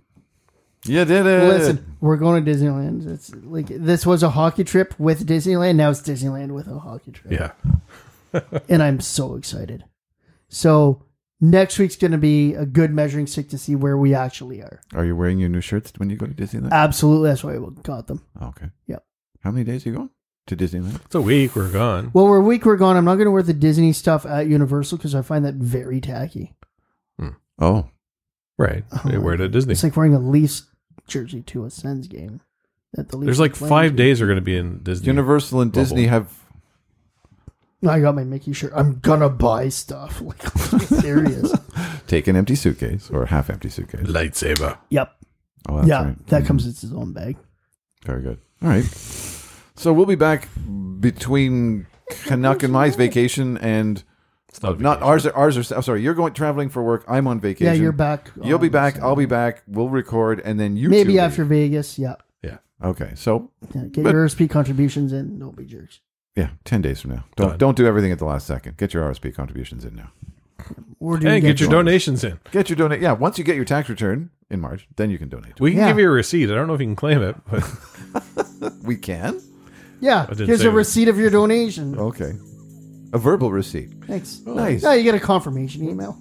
Speaker 4: You did it.
Speaker 6: listen, we're going to Disneyland. It's like this was a hockey trip with Disneyland. Now it's Disneyland with a hockey trip,
Speaker 5: Yeah.
Speaker 6: and I'm so excited. So next week's gonna be a good measuring stick to see where we actually are.
Speaker 4: Are you wearing your new shirts when you go to Disneyland?
Speaker 6: Absolutely, that's why we got them.
Speaker 4: Oh, okay.
Speaker 6: Yep.
Speaker 4: How many days are you going to Disneyland?
Speaker 5: It's a week. We're gone.
Speaker 6: Well, we're a week we're gone. I'm not going to wear the Disney stuff at Universal because I find that very tacky.
Speaker 4: Oh,
Speaker 5: Right. They wear it at Disney.
Speaker 6: It's like wearing a Leafs jersey to a Sens game. That the Leafs
Speaker 5: There's
Speaker 6: are
Speaker 5: like
Speaker 6: playing
Speaker 5: five
Speaker 6: to.
Speaker 5: days we're going to be in Disney.
Speaker 4: Universal and
Speaker 5: Bubble.
Speaker 4: Disney have.
Speaker 6: I got my Mickey shirt. I'm gonna buy stuff. *laughs* Like, let's be
Speaker 5: *laughs*
Speaker 6: serious.
Speaker 4: Take an empty suitcase or a half empty suitcase.
Speaker 5: Lightsaber.
Speaker 6: yep.
Speaker 4: Oh, that's
Speaker 6: yeah,
Speaker 4: right.
Speaker 6: that
Speaker 4: Mhm.
Speaker 6: comes in its own bag.
Speaker 4: Very good. All right. So we'll be back between Canuck and my vacation and
Speaker 5: It's not, a
Speaker 4: not
Speaker 5: vacation.
Speaker 4: ours. Are, ours are. I'm sorry. You're going traveling for work. I'm on vacation.
Speaker 6: Yeah, you're back.
Speaker 4: You'll be
Speaker 6: on
Speaker 4: back.
Speaker 6: Sunday.
Speaker 4: I'll be back. We'll record and then you two
Speaker 6: Maybe
Speaker 4: leave.
Speaker 6: after Vegas. Yeah.
Speaker 5: Yeah.
Speaker 4: Okay. So
Speaker 6: Yeah, Get
Speaker 4: But-
Speaker 6: your RSP contributions in. Don't be jerks.
Speaker 4: yeah, ten days from now. Don't
Speaker 5: Done.
Speaker 4: don't do everything at the last second. Get your RSP contributions in now.
Speaker 6: Or do
Speaker 5: Hey,
Speaker 6: you
Speaker 5: get your donations in.
Speaker 4: Get your donate. Yeah, once you get your tax return in March, then you can donate.
Speaker 5: We can
Speaker 6: Yeah.
Speaker 5: give you a receipt. I don't know if you can claim it, but
Speaker 4: We can.
Speaker 6: Yeah.
Speaker 5: didn't
Speaker 6: Here's
Speaker 5: say
Speaker 6: a
Speaker 5: we-
Speaker 6: receipt of your donation.
Speaker 4: Okay. A verbal receipt.
Speaker 6: Thanks.
Speaker 4: Oh, Nice.
Speaker 6: Yeah, you get a confirmation email.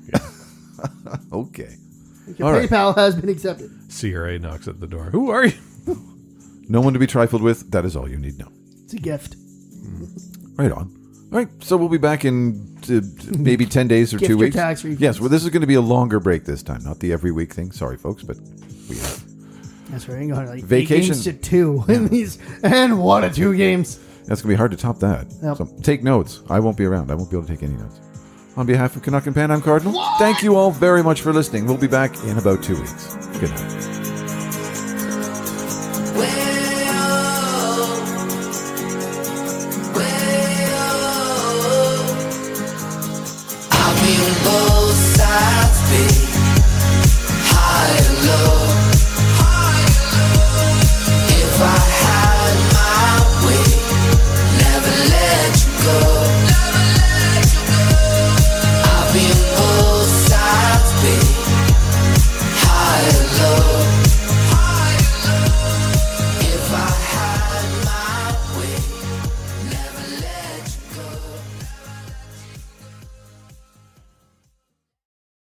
Speaker 4: Okay. All
Speaker 6: Your
Speaker 4: right.
Speaker 6: PayPal has been accepted.
Speaker 5: CRA knocks at the door. Who are you?
Speaker 4: No one to be trifled with. That is all you need to know.
Speaker 6: It's a gift.
Speaker 4: Right on. All right, so we'll be back in uh, maybe 10 days or
Speaker 6: Gift
Speaker 4: two
Speaker 6: or
Speaker 4: weeks.
Speaker 6: tax refunds.
Speaker 4: yes, well, this is going to be a longer break this time, not the every week thing. Sorry, folks, but we have.
Speaker 6: That's right. Hang on, like eight
Speaker 4: Vacation-
Speaker 6: games to two in these, and one of two games.
Speaker 4: That's going to be hard to top that.
Speaker 6: Yep.
Speaker 4: So take notes. I won't be around. I won't be able to take any notes. On behalf of Canuck and Pan, I'm Cardinal. Thank you all very much for listening. We'll be back in about two weeks. Good night.